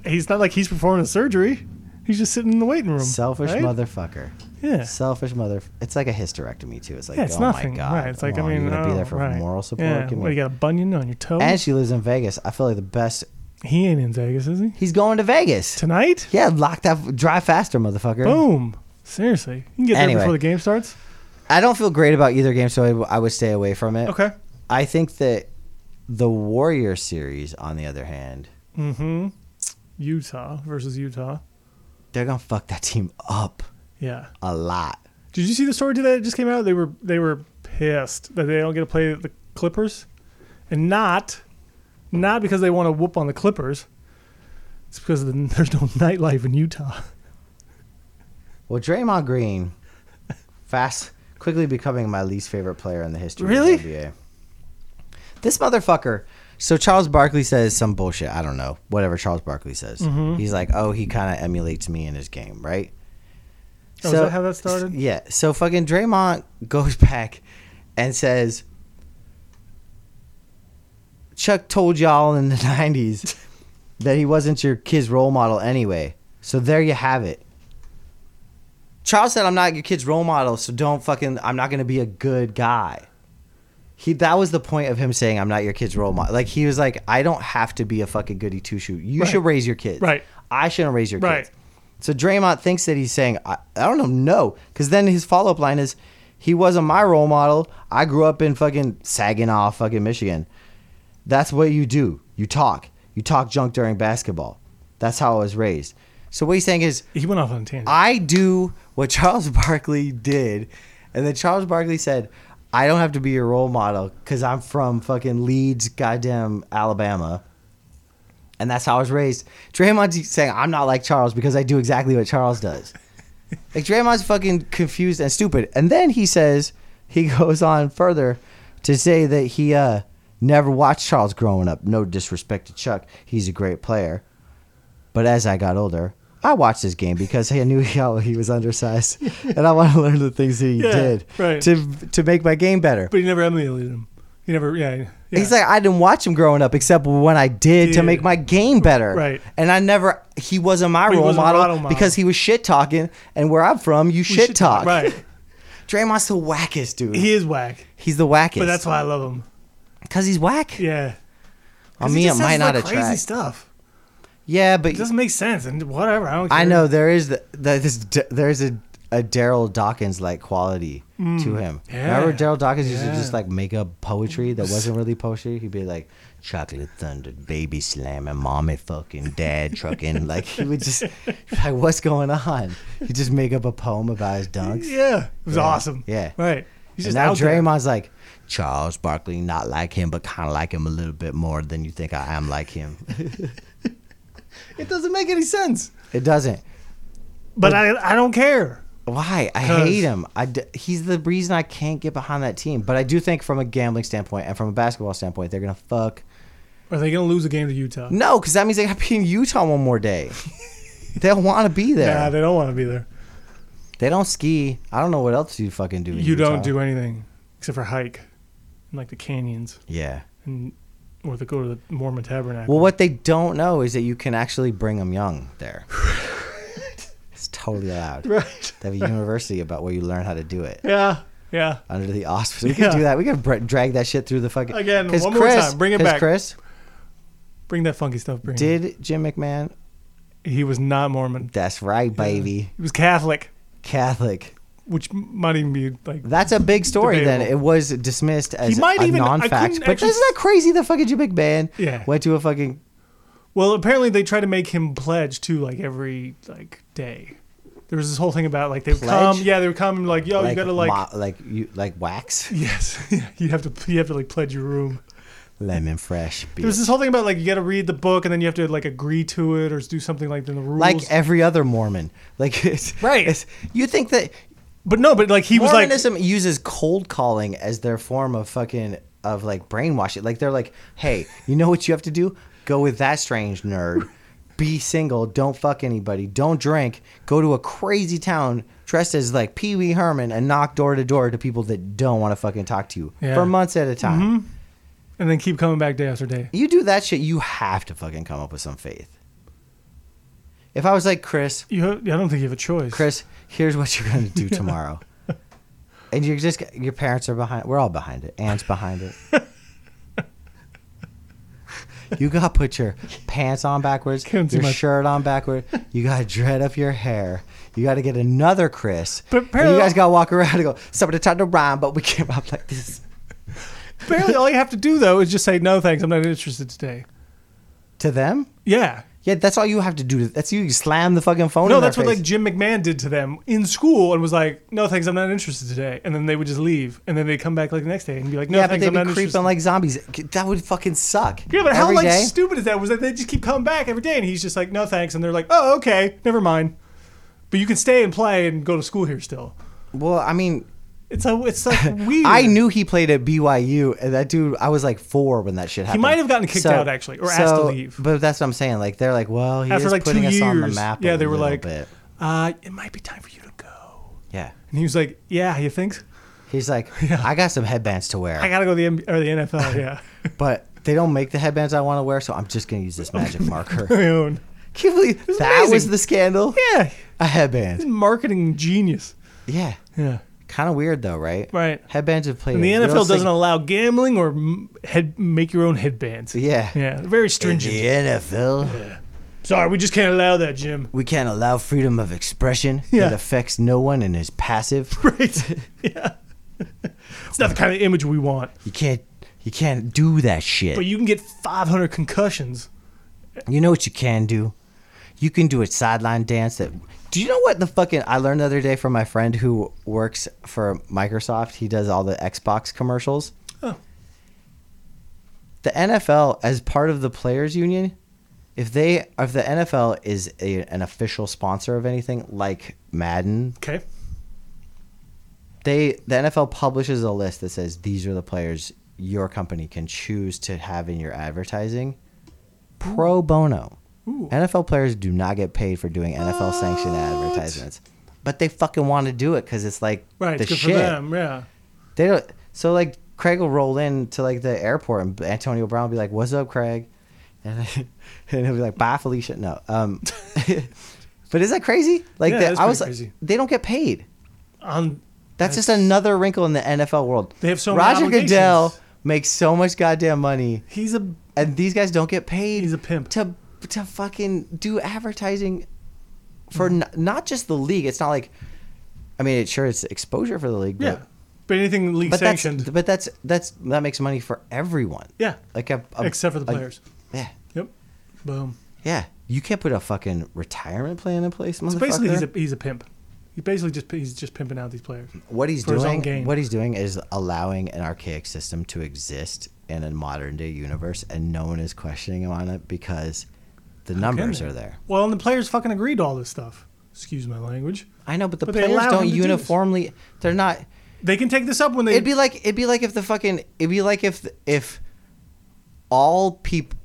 Speaker 2: he's not like he's performing a surgery. He's just sitting in the waiting room.
Speaker 1: Selfish
Speaker 2: right?
Speaker 1: motherfucker.
Speaker 2: Yeah.
Speaker 1: Selfish mother. It's like a hysterectomy too. It's like
Speaker 2: Yeah, it's
Speaker 1: oh
Speaker 2: nothing.
Speaker 1: my god.
Speaker 2: Right. It's like,
Speaker 1: oh,
Speaker 2: I mean,
Speaker 1: you're gonna be
Speaker 2: oh,
Speaker 1: there for
Speaker 2: right.
Speaker 1: moral support.
Speaker 2: Yeah.
Speaker 1: Give
Speaker 2: What,
Speaker 1: me-
Speaker 2: you got Oh. a bunion on your toe?
Speaker 1: and she lives in Vegas. I feel like the best.
Speaker 2: he ain't in Vegas, is he?
Speaker 1: He's going to Vegas.
Speaker 2: Tonight?
Speaker 1: Yeah, lock that. Drive faster, motherfucker.
Speaker 2: Boom. Seriously. You can get
Speaker 1: Anyway.
Speaker 2: there before the game starts.
Speaker 1: I don't feel great about either game, so I, w- I would stay away from it.
Speaker 2: Okay.
Speaker 1: I think that the Warrior series, on the other hand,
Speaker 2: Mm-hmm. Utah versus Utah.
Speaker 1: they're gonna fuck that team up
Speaker 2: Yeah.
Speaker 1: a lot.
Speaker 2: Did you see the story today that just came out? They were they were pissed that they don't get to play the Clippers, and not not because they want to whoop on the Clippers. It's because of the, there's no nightlife in Utah.
Speaker 1: Well, Draymond Green, fast, quickly becoming my least favorite player in the history
Speaker 2: Really?
Speaker 1: of the NBA. This motherfucker. So Charles Barkley says some bullshit. I don't know. Whatever Charles Barkley says,
Speaker 2: Mm-hmm.
Speaker 1: he's like, oh, he kind of emulates me in his game, right?
Speaker 2: Oh, is that how that started?
Speaker 1: Yeah. So fucking Draymond goes back and says, Chuck told y'all in the 90s that he wasn't your kid's role model anyway. So there you have it. Charles said, I'm not your kid's role model, so don't fucking, I'm not going to be a good guy. He, that was the point of him saying, I'm not your kid's role model. Like, he was like, I don't have to be a fucking goody two shoe. You
Speaker 2: Right.
Speaker 1: should raise your kids.
Speaker 2: Right.
Speaker 1: I shouldn't raise your
Speaker 2: Right.
Speaker 1: kids. So Draymond thinks that he's saying, I, I don't know, no. Because then his follow up line is, he wasn't my role model. I grew up in fucking Saginaw, fucking Michigan. That's what you do. You talk. You talk junk during basketball. That's how I was raised. So what he's saying is,
Speaker 2: He went off on a tangent.
Speaker 1: I do what Charles Barkley did. And then Charles Barkley said, I don't have to be your role model because I'm from fucking Leeds, goddamn Alabama. And that's how I was raised. Draymond's saying, I'm not like Charles because I do exactly what Charles does. like, Draymond's fucking confused and stupid. And then he says, he goes on further to say that he uh, never watched Charles growing up. No disrespect to Chuck, he's a great player. But as I got older, I watched this game because I knew how he was undersized, and I want to learn the things that he
Speaker 2: Yeah,
Speaker 1: did
Speaker 2: right.
Speaker 1: to to make my game better.
Speaker 2: but he never emulated him. He never. Yeah. yeah.
Speaker 1: He's like, I didn't watch him growing up, except when I did to
Speaker 2: Did.
Speaker 1: make my game better.
Speaker 2: Right.
Speaker 1: And I never, he wasn't my
Speaker 2: He
Speaker 1: role
Speaker 2: wasn't
Speaker 1: model,
Speaker 2: my role model.
Speaker 1: because he was shit talking, and where I'm from, you
Speaker 2: We
Speaker 1: shit
Speaker 2: should-
Speaker 1: talk.
Speaker 2: Right.
Speaker 1: Draymond's the wackest dude.
Speaker 2: He is whack,
Speaker 1: he's the wackest.
Speaker 2: but that's why I love him.
Speaker 1: because he's whack.
Speaker 2: Yeah.
Speaker 1: On
Speaker 2: 'Cause
Speaker 1: me,
Speaker 2: he
Speaker 1: it
Speaker 2: just says,
Speaker 1: might
Speaker 2: like,
Speaker 1: not
Speaker 2: Crazy
Speaker 1: attract.
Speaker 2: stuff.
Speaker 1: Yeah, but
Speaker 2: It doesn't make sense and whatever. I don't. Care.
Speaker 1: I know there is the, the this D- there's a a Daryl Dawkins like quality to him.
Speaker 2: Mm. Yeah.
Speaker 1: Remember Daryl Dawkins used to
Speaker 2: Yeah.
Speaker 1: just like make up poetry that wasn't really poetry. He'd be like chocolate thunder, baby slamming, mommy fucking, dad trucking. like he would just like what's going on? He just make up a poem about his dunks.
Speaker 2: Yeah. It was
Speaker 1: Yeah.
Speaker 2: awesome.
Speaker 1: Yeah.
Speaker 2: Right. He's
Speaker 1: and
Speaker 2: just
Speaker 1: now
Speaker 2: out there.
Speaker 1: Draymond's like Charles Barkley, not like him, but kind of like him a little bit more than you think I am like him.
Speaker 2: It doesn't make any sense.
Speaker 1: It doesn't.
Speaker 2: But I I don't care.
Speaker 1: Why? I
Speaker 2: 'Cause-
Speaker 1: hate him. I d- he's the reason I can't get behind that team. But I do think from a gambling standpoint and from a basketball standpoint, they're going to fuck.
Speaker 2: Are they gonna lose a game to Utah?
Speaker 1: No, because that means they got to be in Utah one more day. They'll want to be there.
Speaker 2: Nah, they don't want to be there.
Speaker 1: they don't ski. I don't know what else you fucking do. in
Speaker 2: You
Speaker 1: Utah.
Speaker 2: don't do anything except for hike, in like the canyons,
Speaker 1: Yeah.
Speaker 2: and or to go to the Mormon Tabernacle.
Speaker 1: Well, what they don't know is that you can actually bring them young there. it's totally allowed.
Speaker 2: right?
Speaker 1: They have a university about where you learn how to do it.
Speaker 2: Yeah, Yeah.
Speaker 1: under the auspices. We could
Speaker 2: Yeah.
Speaker 1: do that. We could br- drag that shit through the fucking
Speaker 2: Again,
Speaker 1: 'cause
Speaker 2: one more
Speaker 1: Chris-
Speaker 2: time. Bring it
Speaker 1: 'cause
Speaker 2: back.
Speaker 1: Chris.
Speaker 2: Bring that funky stuff. Bring it.
Speaker 1: Did Jim McMahon?
Speaker 2: he was not Mormon.
Speaker 1: That's right, baby.
Speaker 2: He was Catholic,
Speaker 1: Catholic.
Speaker 2: which m- might even be like
Speaker 1: That's a big story. Then
Speaker 2: Debatable.
Speaker 1: it was dismissed as
Speaker 2: might
Speaker 1: a
Speaker 2: even- I
Speaker 1: non-fact.
Speaker 2: couldn't
Speaker 1: But
Speaker 2: actually-
Speaker 1: isn't that crazy? The fucking Jim McMahon
Speaker 2: Yeah.
Speaker 1: went to a fucking
Speaker 2: Well, apparently they try to make him pledge too, like every like day. There was this whole thing about like they would
Speaker 1: Pledge?
Speaker 2: come, yeah, they would come and like, yo,
Speaker 1: like
Speaker 2: Oh, you gotta like,
Speaker 1: wa- like you like wax
Speaker 2: yes, you have to, you have to like pledge your room.
Speaker 1: lemon fresh beer.
Speaker 2: There was this whole thing about like you gotta read the book and then you have to like agree to it or do something like in the rules.
Speaker 1: like every other Mormon. Like it's,
Speaker 2: Right.
Speaker 1: it's- you think that
Speaker 2: but no, but like he was like,
Speaker 1: Mormonism uses cold calling as their form of fucking of like brainwashing. Like they're like, hey, you know what you have to do? Go with that strange nerd. Be single. Don't fuck anybody. Don't drink. Go to a crazy town dressed as like Pee Wee Herman and knock door to door to people that don't want to fucking talk to you
Speaker 2: Yeah. Mm-hmm.
Speaker 1: for months at a time.
Speaker 2: and then keep coming back day after day.
Speaker 1: You do that shit, you have to fucking come up with some faith. If I was like Chris,
Speaker 2: You, have, I don't think you have a choice.
Speaker 1: Chris, here's what you're gonna do tomorrow. And you're just your parents are behind. We're all behind it. Aunt's behind it. you gotta put your pants on backwards,
Speaker 2: Can't see
Speaker 1: your
Speaker 2: my-
Speaker 1: shirt on backward. You gotta dread up your hair. You gotta get another Chris.
Speaker 2: But
Speaker 1: And you
Speaker 2: parallel-
Speaker 1: guys gotta walk around and go. Somebody tried to rhyme, but we came up like this.
Speaker 2: Apparently, all you have to do though is just say no, thanks, I'm not interested today.
Speaker 1: To them,
Speaker 2: Yeah,
Speaker 1: yeah, that's all you have to do. That's you slam the fucking phone.
Speaker 2: No,
Speaker 1: in their
Speaker 2: that's what
Speaker 1: face.
Speaker 2: like Jim McMahon did to them in school and was like, "No thanks, I'm not interested today." And then they would just leave, and then they come back like the next day and be like, "No
Speaker 1: yeah, but
Speaker 2: thanks,
Speaker 1: they'd
Speaker 2: I'm
Speaker 1: be
Speaker 2: not
Speaker 1: creeping
Speaker 2: interested."
Speaker 1: like zombies. That would fucking suck.
Speaker 2: yeah, but how
Speaker 1: Every
Speaker 2: like
Speaker 1: day.
Speaker 2: stupid is that? Was that they just keep coming back every day, and he's just like, "No thanks," and they're like, "Oh, okay, never mind." But you can stay and play and go to school here still.
Speaker 1: Well, I mean,
Speaker 2: It's a, it's like weird.
Speaker 1: I knew he played at BYU, and that dude, I was like four when that shit happened.
Speaker 2: might have gotten kicked out, actually, or asked to leave.
Speaker 1: But that's what I'm saying. Like they're like, well, he
Speaker 2: after
Speaker 1: is
Speaker 2: like two
Speaker 1: putting us
Speaker 2: years.
Speaker 1: on the map.
Speaker 2: yeah,
Speaker 1: a
Speaker 2: they were
Speaker 1: little
Speaker 2: like,
Speaker 1: bit.
Speaker 2: uh, "It might be time for you to go."
Speaker 1: yeah.
Speaker 2: And he was like, "Yeah, you think?
Speaker 1: He's like, I got some headbands to wear,
Speaker 2: I gotta go to the M- or the NFL." Yeah,
Speaker 1: but they don't make the headbands I want to wear, so I'm just gonna use this magic marker.
Speaker 2: my own.
Speaker 1: Can you believe
Speaker 2: is
Speaker 1: that was
Speaker 2: amazing.
Speaker 1: the scandal?
Speaker 2: Yeah,
Speaker 1: A headband.
Speaker 2: marketing genius.
Speaker 1: Yeah.
Speaker 2: Yeah.
Speaker 1: Kind of weird though, right?
Speaker 2: Right.
Speaker 1: Headbands have played.
Speaker 2: And the
Speaker 1: a real
Speaker 2: NFL doesn't
Speaker 1: sig-
Speaker 2: allow gambling or m- head make your own headbands.
Speaker 1: Yeah.
Speaker 2: Yeah, they're very
Speaker 1: In
Speaker 2: stringent.
Speaker 1: the NFL.
Speaker 2: Sorry, we just can't allow that, Jim.
Speaker 1: We can't allow freedom of expression
Speaker 2: Yeah.
Speaker 1: that affects no one and is passive.
Speaker 2: Right. yeah. It's not the kind of image we want.
Speaker 1: You can't you can't do that
Speaker 2: But
Speaker 1: shit.
Speaker 2: you can get 500 concussions.
Speaker 1: You know what you can do? You can do a sideline dance that Do you know what the fucking I learned the other day from my friend who works for Microsoft. He does all the Xbox commercials.
Speaker 2: Oh.
Speaker 1: The NFL as part of the players union, if they if the NFL is a, an official sponsor of anything like Madden,
Speaker 2: Okay.
Speaker 1: they the NFL publishes a list that says these are the players your company can choose to have in your advertising pro bono.
Speaker 2: Ooh.
Speaker 1: NFL players do not get paid for doing NFL sanctioned advertisements, but they fucking want to do it because it's like
Speaker 2: Right.
Speaker 1: the
Speaker 2: It's good
Speaker 1: shit.
Speaker 2: for them. Yeah.
Speaker 1: They don't. So like Craig will roll in to like the airport and Antonio Brown will be like, "What's up, Craig?" And, and he'll be like, "Bye, Felicia." No. Um, but is that crazy? Like
Speaker 2: Yeah,
Speaker 1: the-
Speaker 2: that's
Speaker 1: I was
Speaker 2: pretty
Speaker 1: like,
Speaker 2: crazy.
Speaker 1: they don't get paid.
Speaker 2: On
Speaker 1: That's, just another wrinkle in the NFL world.
Speaker 2: They have so many
Speaker 1: Roger
Speaker 2: obligations.
Speaker 1: Goodell makes so much goddamn money,
Speaker 2: he's a
Speaker 1: and these guys don't get paid.
Speaker 2: He's a pimp.
Speaker 1: to to fucking do advertising for
Speaker 2: Mm-hmm.
Speaker 1: n- not just the league. It's not like, I mean, it sure it's exposure for the league,
Speaker 2: yeah.
Speaker 1: but,
Speaker 2: But anything league
Speaker 1: but that's
Speaker 2: sanctioned.
Speaker 1: but that's that's that makes money for everyone.
Speaker 2: yeah.
Speaker 1: like a, a-
Speaker 2: except for the
Speaker 1: a-
Speaker 2: players.
Speaker 1: yeah,
Speaker 2: Yep. Boom.
Speaker 1: yeah. You can't put a fucking retirement plan in place, motherfucker.
Speaker 2: So basically, he's a he's a pimp. He basically just he's just pimping out these players.
Speaker 1: what he's
Speaker 2: for his own
Speaker 1: doing
Speaker 2: gain.
Speaker 1: what he's doing is allowing an archaic system to exist in a modern day universe and no one is questioning him on it because the numbers
Speaker 2: they?
Speaker 1: are there
Speaker 2: Well, and the players fucking agreed to all this stuff. Excuse my language.
Speaker 1: i know but the
Speaker 2: But they
Speaker 1: players
Speaker 2: allow
Speaker 1: don't
Speaker 2: him to do this.
Speaker 1: uniformly they're not
Speaker 2: They can take this up when they.
Speaker 1: it'd be like it'd be like if the fucking it'd be like if if all people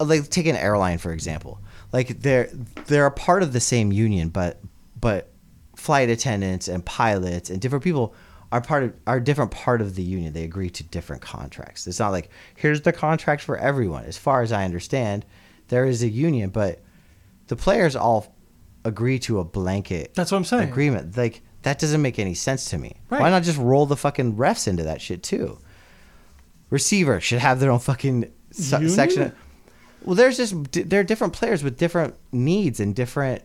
Speaker 1: like take an airline for example like they're they're a part of the same union but but flight attendants and pilots and different people are part of are different part of the union they agree to different contracts it's not like here's the contract for everyone as far as i understand there is a union but the players all agree to a blanket
Speaker 2: That's what I'm saying.
Speaker 1: agreement like That doesn't make any sense to me.
Speaker 2: Right.
Speaker 1: Why not just roll the fucking refs into that shit too? Receiver should have their own fucking se-
Speaker 2: Union?
Speaker 1: section. Well, there's just di- there are different players with different needs and different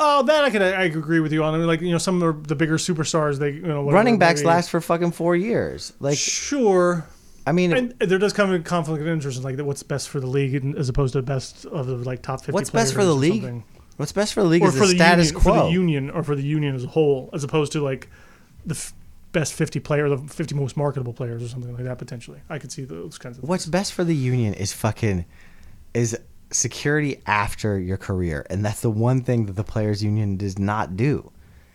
Speaker 2: Oh, that I can I agree with you on. I mean, like you know, some of the bigger superstars, they you know whatever,
Speaker 1: running backs
Speaker 2: maybe-
Speaker 1: last for fucking four years. Like,
Speaker 2: sure,
Speaker 1: I mean,
Speaker 2: and there does come a conflict of interest in like what's best for the league and- as opposed to best of the like top fifty.
Speaker 1: what's best for
Speaker 2: players
Speaker 1: the
Speaker 2: or
Speaker 1: league?
Speaker 2: something.
Speaker 1: What's best for the league
Speaker 2: or
Speaker 1: is
Speaker 2: for
Speaker 1: the
Speaker 2: the
Speaker 1: status
Speaker 2: union,
Speaker 1: quo.
Speaker 2: for the union, or for the union as a whole, as opposed to like the f- best fifty player, the fifty most marketable players, or something like that. Potentially, I could see those kinds of.
Speaker 1: What's
Speaker 2: things.
Speaker 1: best for the union is fucking is security after your career, and that's the one thing that the players' union does not do.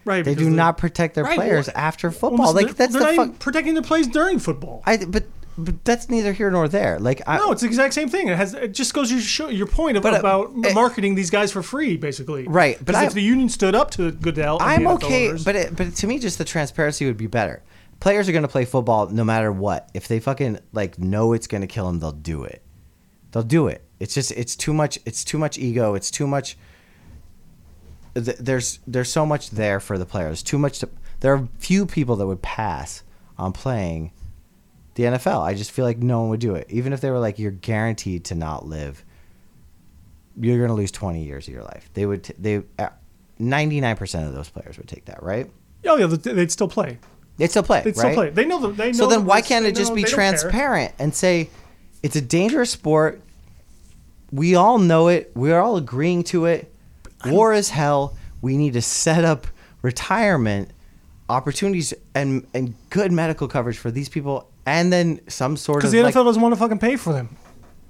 Speaker 2: right?
Speaker 1: They
Speaker 2: because
Speaker 1: do
Speaker 2: the-
Speaker 1: not protect their
Speaker 2: Right,
Speaker 1: players
Speaker 2: well,
Speaker 1: after
Speaker 2: well,
Speaker 1: football.
Speaker 2: listen,
Speaker 1: like that's
Speaker 2: they're
Speaker 1: the
Speaker 2: not
Speaker 1: fuck.
Speaker 2: even protecting their plays during football.
Speaker 1: I but but that's neither here nor there. Like I,
Speaker 2: no, it's the exact same thing. It has it just goes to show your point of,
Speaker 1: But, uh,
Speaker 2: about
Speaker 1: eh,
Speaker 2: marketing these guys for free, basically.
Speaker 1: Right, but
Speaker 2: Because
Speaker 1: I-
Speaker 2: if the union stood up to Goodell, and
Speaker 1: I'm
Speaker 2: the NFL
Speaker 1: okay,
Speaker 2: owners-
Speaker 1: but it, but to me, just the transparency would be better. Players are going to play football no matter what. If they fucking like know it's going to kill them, they'll do it. They'll do it. It's just it's too much. It's too much ego. It's too much. th- There's there's so much there for the players. Too much. To, there are few people that would pass on playing the NFL. I just feel like no one would do it, even if they were like you're guaranteed to not live you're going to lose 20 years of your life. They would, t- they, uh, 99% of those players would take that, right?
Speaker 2: oh yeah, th- they'd still play.
Speaker 1: They'd still play,
Speaker 2: They'd
Speaker 1: right?
Speaker 2: still play. They know that. They know
Speaker 1: So then
Speaker 2: the
Speaker 1: why
Speaker 2: risk,
Speaker 1: can't
Speaker 2: they
Speaker 1: it just
Speaker 2: know-
Speaker 1: be
Speaker 2: they don't care.
Speaker 1: transparent and say it's a dangerous sport? We all know it. We're all agreeing to it. War is hell. We need to set up retirement opportunities and, and good medical coverage for these people and then some sort of
Speaker 2: Because the
Speaker 1: like-
Speaker 2: NFL doesn't want to fucking pay for them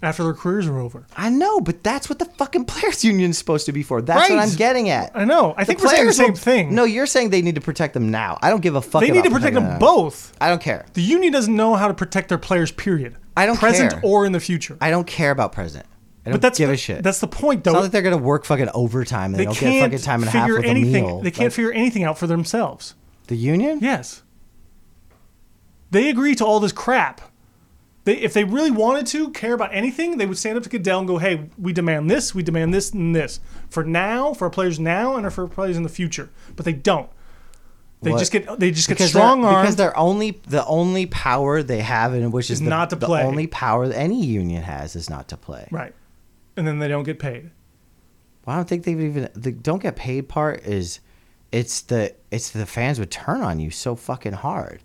Speaker 2: after their careers are over.
Speaker 1: I know, but that's what the fucking players union is supposed to be for. That's what
Speaker 2: Right.
Speaker 1: I'm getting at.
Speaker 2: I know. I think we're saying the same
Speaker 1: will-
Speaker 2: thing.
Speaker 1: No, you're saying they need to protect them now. I don't give a fuck.
Speaker 2: They need
Speaker 1: about
Speaker 2: to protect
Speaker 1: protecting
Speaker 2: them both.
Speaker 1: I don't care.
Speaker 2: The union doesn't know how to protect their players. Period.
Speaker 1: I don't
Speaker 2: present
Speaker 1: care.
Speaker 2: or in the future.
Speaker 1: I don't care about president. I don't
Speaker 2: but that's
Speaker 1: give
Speaker 2: the,
Speaker 1: a shit.
Speaker 2: That's the point,
Speaker 1: it's not
Speaker 2: though.
Speaker 1: like they're gonna work fucking overtime. And they, don't get fucking time and a half with
Speaker 2: anything.
Speaker 1: a meal.
Speaker 2: They can't
Speaker 1: Like,
Speaker 2: figure anything out for themselves.
Speaker 1: the union.
Speaker 2: Yes. They agree to all this crap. They, if they really wanted to care about anything, they would stand up to Goodell and go, "Hey, we demand this, we demand this, and this for now, for our players now, and for our players in the future." But they don't. They
Speaker 1: What?
Speaker 2: just get they just get
Speaker 1: Because
Speaker 2: strong
Speaker 1: they're, because
Speaker 2: armed.
Speaker 1: they're only the only power they have, and which is, the,
Speaker 2: not to
Speaker 1: the
Speaker 2: play.
Speaker 1: only power that any union has is not to play.
Speaker 2: Right, and then they don't get paid.
Speaker 1: Well, I don't think they've even the don't get paid part is it's the it's the fans would turn on you so fucking hard.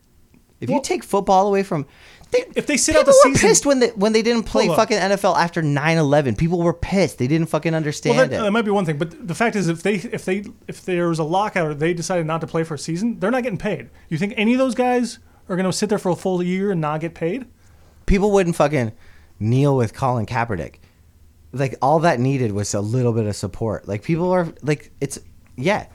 Speaker 1: If you
Speaker 2: Well-
Speaker 1: take football away from they,
Speaker 2: If they sit
Speaker 1: people
Speaker 2: out the
Speaker 1: were
Speaker 2: season-
Speaker 1: pissed when they when they didn't play
Speaker 2: Hold up.
Speaker 1: fucking NFL after 9/11. People were pissed. They didn't fucking understand
Speaker 2: Well, that,
Speaker 1: it.
Speaker 2: that might be one thing, but the fact is, if they if they if there was a lockout or they decided not to play for a season, they're not getting paid. You think any of those guys are going to sit there for a full year and not get paid?
Speaker 1: people wouldn't fucking kneel with Colin Kaepernick. Like all that needed was a little bit of support. Like people are like it's yeah,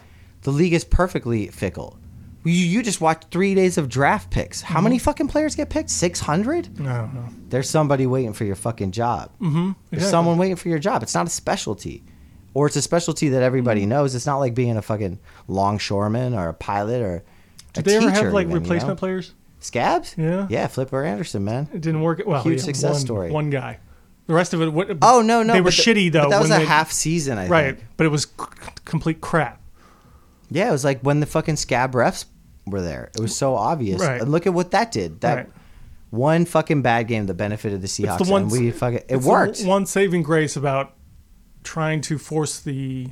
Speaker 1: the league is perfectly fickle. You, you just watched three days of draft picks. How
Speaker 2: Mm-hmm.
Speaker 1: many fucking players get picked? Six hundred.
Speaker 2: No, no.
Speaker 1: There's somebody waiting for your fucking job. Mm-hmm, There's
Speaker 2: exactly.
Speaker 1: someone waiting for your job. It's not a specialty, or it's a specialty that everybody
Speaker 2: Mm-hmm.
Speaker 1: knows. It's not like being a fucking longshoreman or a pilot or. a
Speaker 2: Did they ever
Speaker 1: teacher
Speaker 2: have like
Speaker 1: even, you know?
Speaker 2: replacement players?
Speaker 1: Scabs?
Speaker 2: Yeah.
Speaker 1: Yeah, Flipper Anderson, man.
Speaker 2: It didn't work. Well,
Speaker 1: Huge
Speaker 2: yeah,
Speaker 1: success
Speaker 2: one,
Speaker 1: story.
Speaker 2: One guy. The rest of it. What,
Speaker 1: Oh no, no,
Speaker 2: They were
Speaker 1: but th-
Speaker 2: shitty though.
Speaker 1: But that was
Speaker 2: when
Speaker 1: a
Speaker 2: they-
Speaker 1: half season, I
Speaker 2: Right,
Speaker 1: think.
Speaker 2: but it was c- c- complete crap.
Speaker 1: Yeah, it was like when the fucking scab refs were there. It was so obvious.
Speaker 2: Right.
Speaker 1: And look at what that did. That
Speaker 2: Right.
Speaker 1: one fucking bad game that benefited the Seahawks.
Speaker 2: the one-
Speaker 1: and we fucking it
Speaker 2: It's the
Speaker 1: worked.
Speaker 2: one saving grace about trying to force the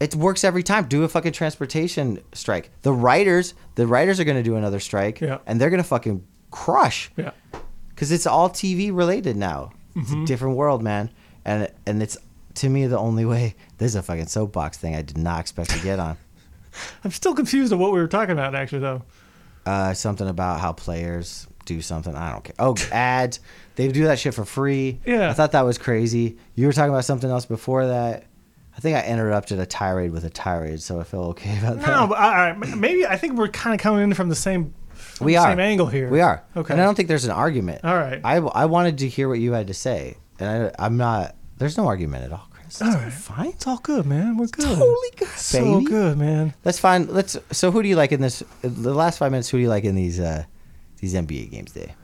Speaker 1: it works every time. Do a fucking transportation strike. The writers, the writers are going to do another strike,
Speaker 2: Yeah.
Speaker 1: and they're going to fucking crush.
Speaker 2: yeah.
Speaker 1: because it's all TV related now. It's
Speaker 2: Mm-hmm.
Speaker 1: a different world, man, and and it's to me the only way. This is a fucking soapbox thing I did not expect to get on.
Speaker 2: I'm still confused of what we were talking about actually though.
Speaker 1: uh, something about how players do something. I don't care. Oh, ads. They do that shit for free.
Speaker 2: Yeah.
Speaker 1: I thought that was crazy. You were talking about something else before that. I think I interrupted a tirade with a tirade, so I feel okay about that.
Speaker 2: No, but I, I, maybe I think we're kind of coming in from the same from
Speaker 1: we
Speaker 2: the
Speaker 1: are.
Speaker 2: same angle here.
Speaker 1: We are.
Speaker 2: Okay.
Speaker 1: And I don't think there's an argument.
Speaker 2: All right.
Speaker 1: I, I wanted to hear what you had to say, and I, I'm not. There's no argument at all, Chris. It's
Speaker 2: All right.
Speaker 1: Fine. It's
Speaker 2: It's all good, man. We're good.
Speaker 1: totally good,
Speaker 2: So
Speaker 1: baby.
Speaker 2: good, man.
Speaker 1: Let's find. Let's. So, who do you like in this? The last five minutes. Who do you like in these? Uh, these NBA games day.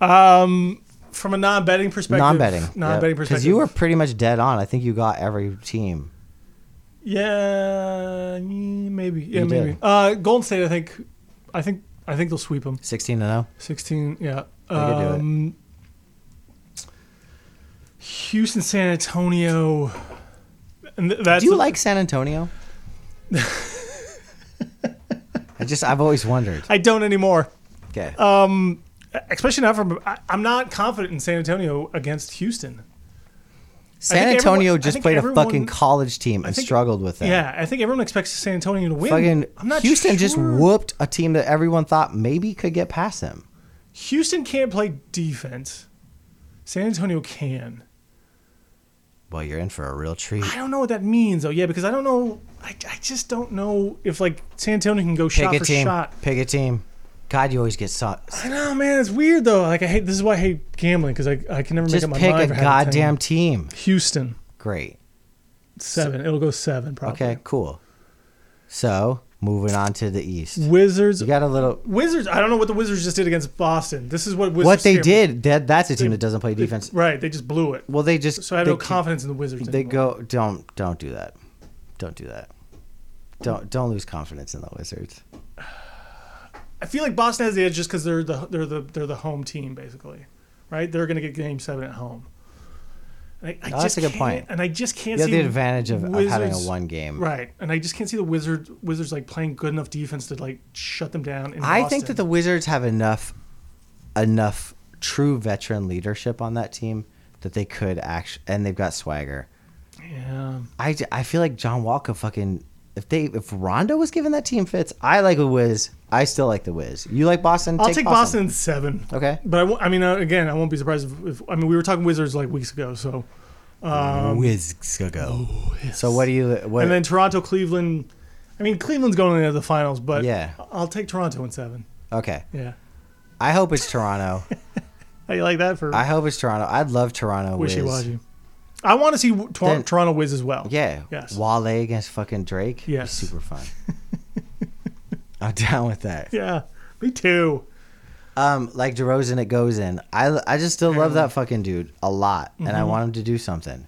Speaker 2: Um, from a non-betting perspective,
Speaker 1: Non betting.
Speaker 2: non-betting perspective,
Speaker 1: Because you were pretty much dead on. I think you got every team.
Speaker 2: Yeah, mm, maybe. Yeah,
Speaker 1: You did.
Speaker 2: maybe. Uh, Golden State, I think, I think, I think they'll sweep them.
Speaker 1: 16 to 0.
Speaker 2: Sixteen, yeah.
Speaker 1: could do it.
Speaker 2: Um, Houston, San Antonio, and th- that's
Speaker 1: Do you
Speaker 2: a-
Speaker 1: like San Antonio? I just I've always wondered.
Speaker 2: I oh, don't anymore.
Speaker 1: Okay.
Speaker 2: Um, Especially not from. I, I'm not confident in San Antonio against Houston.
Speaker 1: San
Speaker 2: think
Speaker 1: Antonio
Speaker 2: everyone- I
Speaker 1: just
Speaker 2: think
Speaker 1: played a
Speaker 2: everyone-
Speaker 1: fucking college team and
Speaker 2: think-
Speaker 1: struggled with them.
Speaker 2: Yeah, I think everyone expects San Antonio to win.
Speaker 1: Fucking
Speaker 2: I'm not
Speaker 1: Houston just
Speaker 2: sure.
Speaker 1: whooped a team that everyone thought maybe could get past them.
Speaker 2: Houston can't play defense. San Antonio can.
Speaker 1: Well, you're in for a real treat.
Speaker 2: I don't know what that means though. Yeah, because I don't know. I, I just don't know if like San Antonio can go shot
Speaker 1: Pick a
Speaker 2: for
Speaker 1: team.
Speaker 2: shot.
Speaker 1: Pick a team. God, you always get sucked.
Speaker 2: I know, man. It's weird though. Like I hate. This is why I hate gambling because I, I can never
Speaker 1: Just
Speaker 2: make up my
Speaker 1: pick
Speaker 2: mind.
Speaker 1: a
Speaker 2: for how to
Speaker 1: goddamn
Speaker 2: tangle.
Speaker 1: team.
Speaker 2: Houston
Speaker 1: Great.
Speaker 2: seven. It'll go seven probably.
Speaker 1: Okay, cool. So moving on to the East.
Speaker 2: Wizards.
Speaker 1: You got a little.
Speaker 2: Wizards. I don't know what the Wizards just did against Boston. This is what Wizards
Speaker 1: What they
Speaker 2: scared me.
Speaker 1: did, that, that's a team
Speaker 2: They-
Speaker 1: that doesn't play
Speaker 2: They-
Speaker 1: defense.
Speaker 2: right. They just blew it.
Speaker 1: Well, they just.
Speaker 2: So I have
Speaker 1: they
Speaker 2: no
Speaker 1: ca-
Speaker 2: confidence in the Wizards.
Speaker 1: They
Speaker 2: anymore.
Speaker 1: go. Don't don't do that. Don't do that. Don't don't lose confidence in the Wizards.
Speaker 2: I feel like Boston has the edge just because they're the they're the they're the home team basically, right? They're going to get Game Seven at home. And I, I
Speaker 1: that's
Speaker 2: just
Speaker 1: a good
Speaker 2: can't-
Speaker 1: point.
Speaker 2: And I just can't
Speaker 1: You have
Speaker 2: see
Speaker 1: the advantage of, of having a
Speaker 2: Wizards-
Speaker 1: one game.
Speaker 2: Right, and I just can't see the Wizards Wizards like playing good enough defense to like shut them down. In
Speaker 1: I think
Speaker 2: Boston.
Speaker 1: that the Wizards have enough enough true veteran leadership on that team that they could actually, and they've got swagger.
Speaker 2: yeah,
Speaker 1: I, j- I feel like John Wall could fucking if they if Rondo was giving that team fits, I like the Wiz. I still like the Wiz. You like Boston?
Speaker 2: I'll take, Boston. in seven.
Speaker 1: Okay.
Speaker 2: but I, won't- I mean, uh, again, I won't be surprised if, if I mean we were talking Wizards like weeks ago. So
Speaker 1: Wiz go. So what do you what?
Speaker 2: Um, and then Toronto, Cleveland. I mean, Cleveland's going into the finals, but
Speaker 1: Yeah.
Speaker 2: I'll take Toronto in seven.
Speaker 1: okay,
Speaker 2: Yeah,
Speaker 1: I hope it's Toronto.
Speaker 2: how you like that for
Speaker 1: I hope it's Toronto. I'd love Toronto. Wiz.
Speaker 2: wishy washy? I want to see Tor-
Speaker 1: Then-
Speaker 2: Toronto Wiz as well.
Speaker 1: Yeah.
Speaker 2: Yes.
Speaker 1: Wale against fucking Drake. Be
Speaker 2: Yes.
Speaker 1: Super fun. I'm down with that.
Speaker 2: yeah, me too.
Speaker 1: Um, like DeRozan, it goes in. I I just still love that fucking dude a lot, and
Speaker 2: Mm-hmm.
Speaker 1: I want him to do something.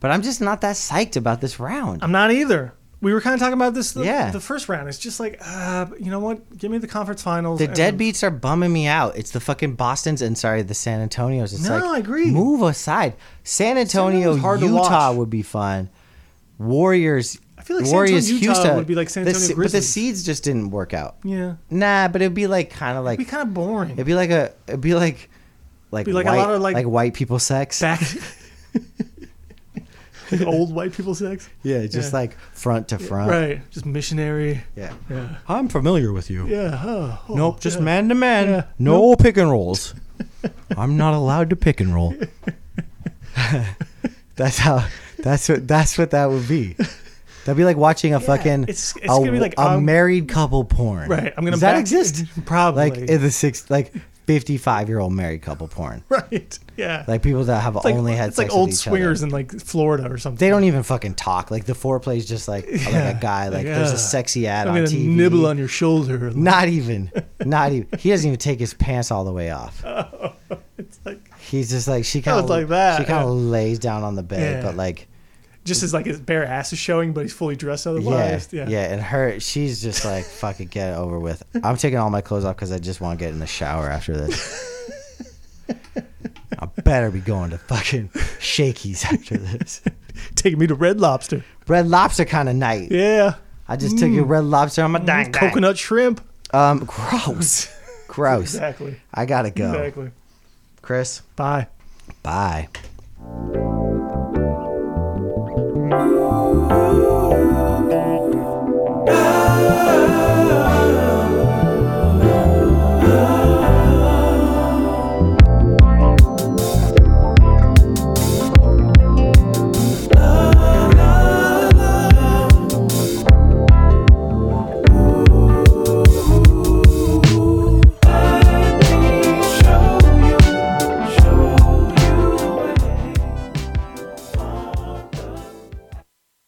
Speaker 1: But I'm just not that psyched about this round.
Speaker 2: I'm not either. We were kind of talking about this the,
Speaker 1: Yeah.
Speaker 2: the first round. It's just like, uh, you know what? Give me the conference finals.
Speaker 1: The
Speaker 2: and-
Speaker 1: deadbeats are bumming me out. It's the fucking Boston's and sorry, the San Antonio's. It's
Speaker 2: No,
Speaker 1: like,
Speaker 2: I agree.
Speaker 1: Move aside. San Antonio,
Speaker 2: Antonio's hard to
Speaker 1: Utah
Speaker 2: watch.
Speaker 1: would be fun. Warriors.
Speaker 2: I feel like San
Speaker 1: Warriors,
Speaker 2: Antonio, Utah
Speaker 1: Houston
Speaker 2: would be like San
Speaker 1: The
Speaker 2: Antonio
Speaker 1: se- but the
Speaker 2: Grizzlies.
Speaker 1: seeds just didn't work out.
Speaker 2: Yeah.
Speaker 1: Nah, but it'd be like kind of
Speaker 2: It'd be
Speaker 1: like
Speaker 2: kind of boring.
Speaker 1: it'd be like a it'd be like like,
Speaker 2: Be like a
Speaker 1: white,
Speaker 2: lot of, like-
Speaker 1: like white people sex.
Speaker 2: back. Like old white people sex.
Speaker 1: Yeah, just
Speaker 2: Yeah.
Speaker 1: like front to front.
Speaker 2: Right. Just missionary.
Speaker 1: Yeah.
Speaker 2: Yeah.
Speaker 1: I'm familiar with you.
Speaker 2: Yeah. Oh, oh,
Speaker 1: Nope, just
Speaker 2: yeah.
Speaker 1: man to
Speaker 2: Yeah.
Speaker 1: man. No pick and rolls. I'm not allowed to pick and roll. that's how. That's what. That's what that would be. That'd be like watching a fucking
Speaker 2: it's- it's
Speaker 1: a,
Speaker 2: gonna be like,
Speaker 1: a
Speaker 2: um,
Speaker 1: married couple porn.
Speaker 2: Right. I'm gonna
Speaker 1: Does that
Speaker 2: back-
Speaker 1: exist?
Speaker 2: Probably.
Speaker 1: Like in the six, like fifty-five year old married couple porn.
Speaker 2: right. Yeah.
Speaker 1: Like people that have
Speaker 2: it's like,
Speaker 1: only had
Speaker 2: it's
Speaker 1: sex
Speaker 2: like
Speaker 1: with
Speaker 2: old
Speaker 1: each
Speaker 2: swingers
Speaker 1: Other.
Speaker 2: in like Florida or something.
Speaker 1: They don't even fucking talk. Like the foreplay is just like like
Speaker 2: Yeah.
Speaker 1: a guy. Like there's
Speaker 2: Yeah.
Speaker 1: a sexy ad
Speaker 2: I'm
Speaker 1: on
Speaker 2: gonna
Speaker 1: TV.
Speaker 2: nibble on your shoulder.
Speaker 1: Not even. Not even. He doesn't even take his pants all the way off.
Speaker 2: It's like
Speaker 1: He's just like she kind of
Speaker 2: Sounds Uh, like that,
Speaker 1: She kind
Speaker 2: yeah.
Speaker 1: of lays down on the bed,
Speaker 2: Yeah.
Speaker 1: but like
Speaker 2: just as like his bare ass is showing, but he's fully dressed
Speaker 1: yeah,
Speaker 2: otherwise.
Speaker 1: yeah, And her, she's just like fucking get it over with. I'm taking all my clothes off because I just want to get in the shower after this. I better be going to fucking Shakey's after this.
Speaker 2: Taking me to Red Lobster.
Speaker 1: Red Lobster kind of night.
Speaker 2: Yeah.
Speaker 1: I just took a Red Lobster on my dang dang.
Speaker 2: Mm. Coconut shrimp.
Speaker 1: Um, gross, gross.
Speaker 2: Exactly.
Speaker 1: I gotta go,
Speaker 2: Exactly.
Speaker 1: Chris.
Speaker 2: Bye.
Speaker 1: Bye.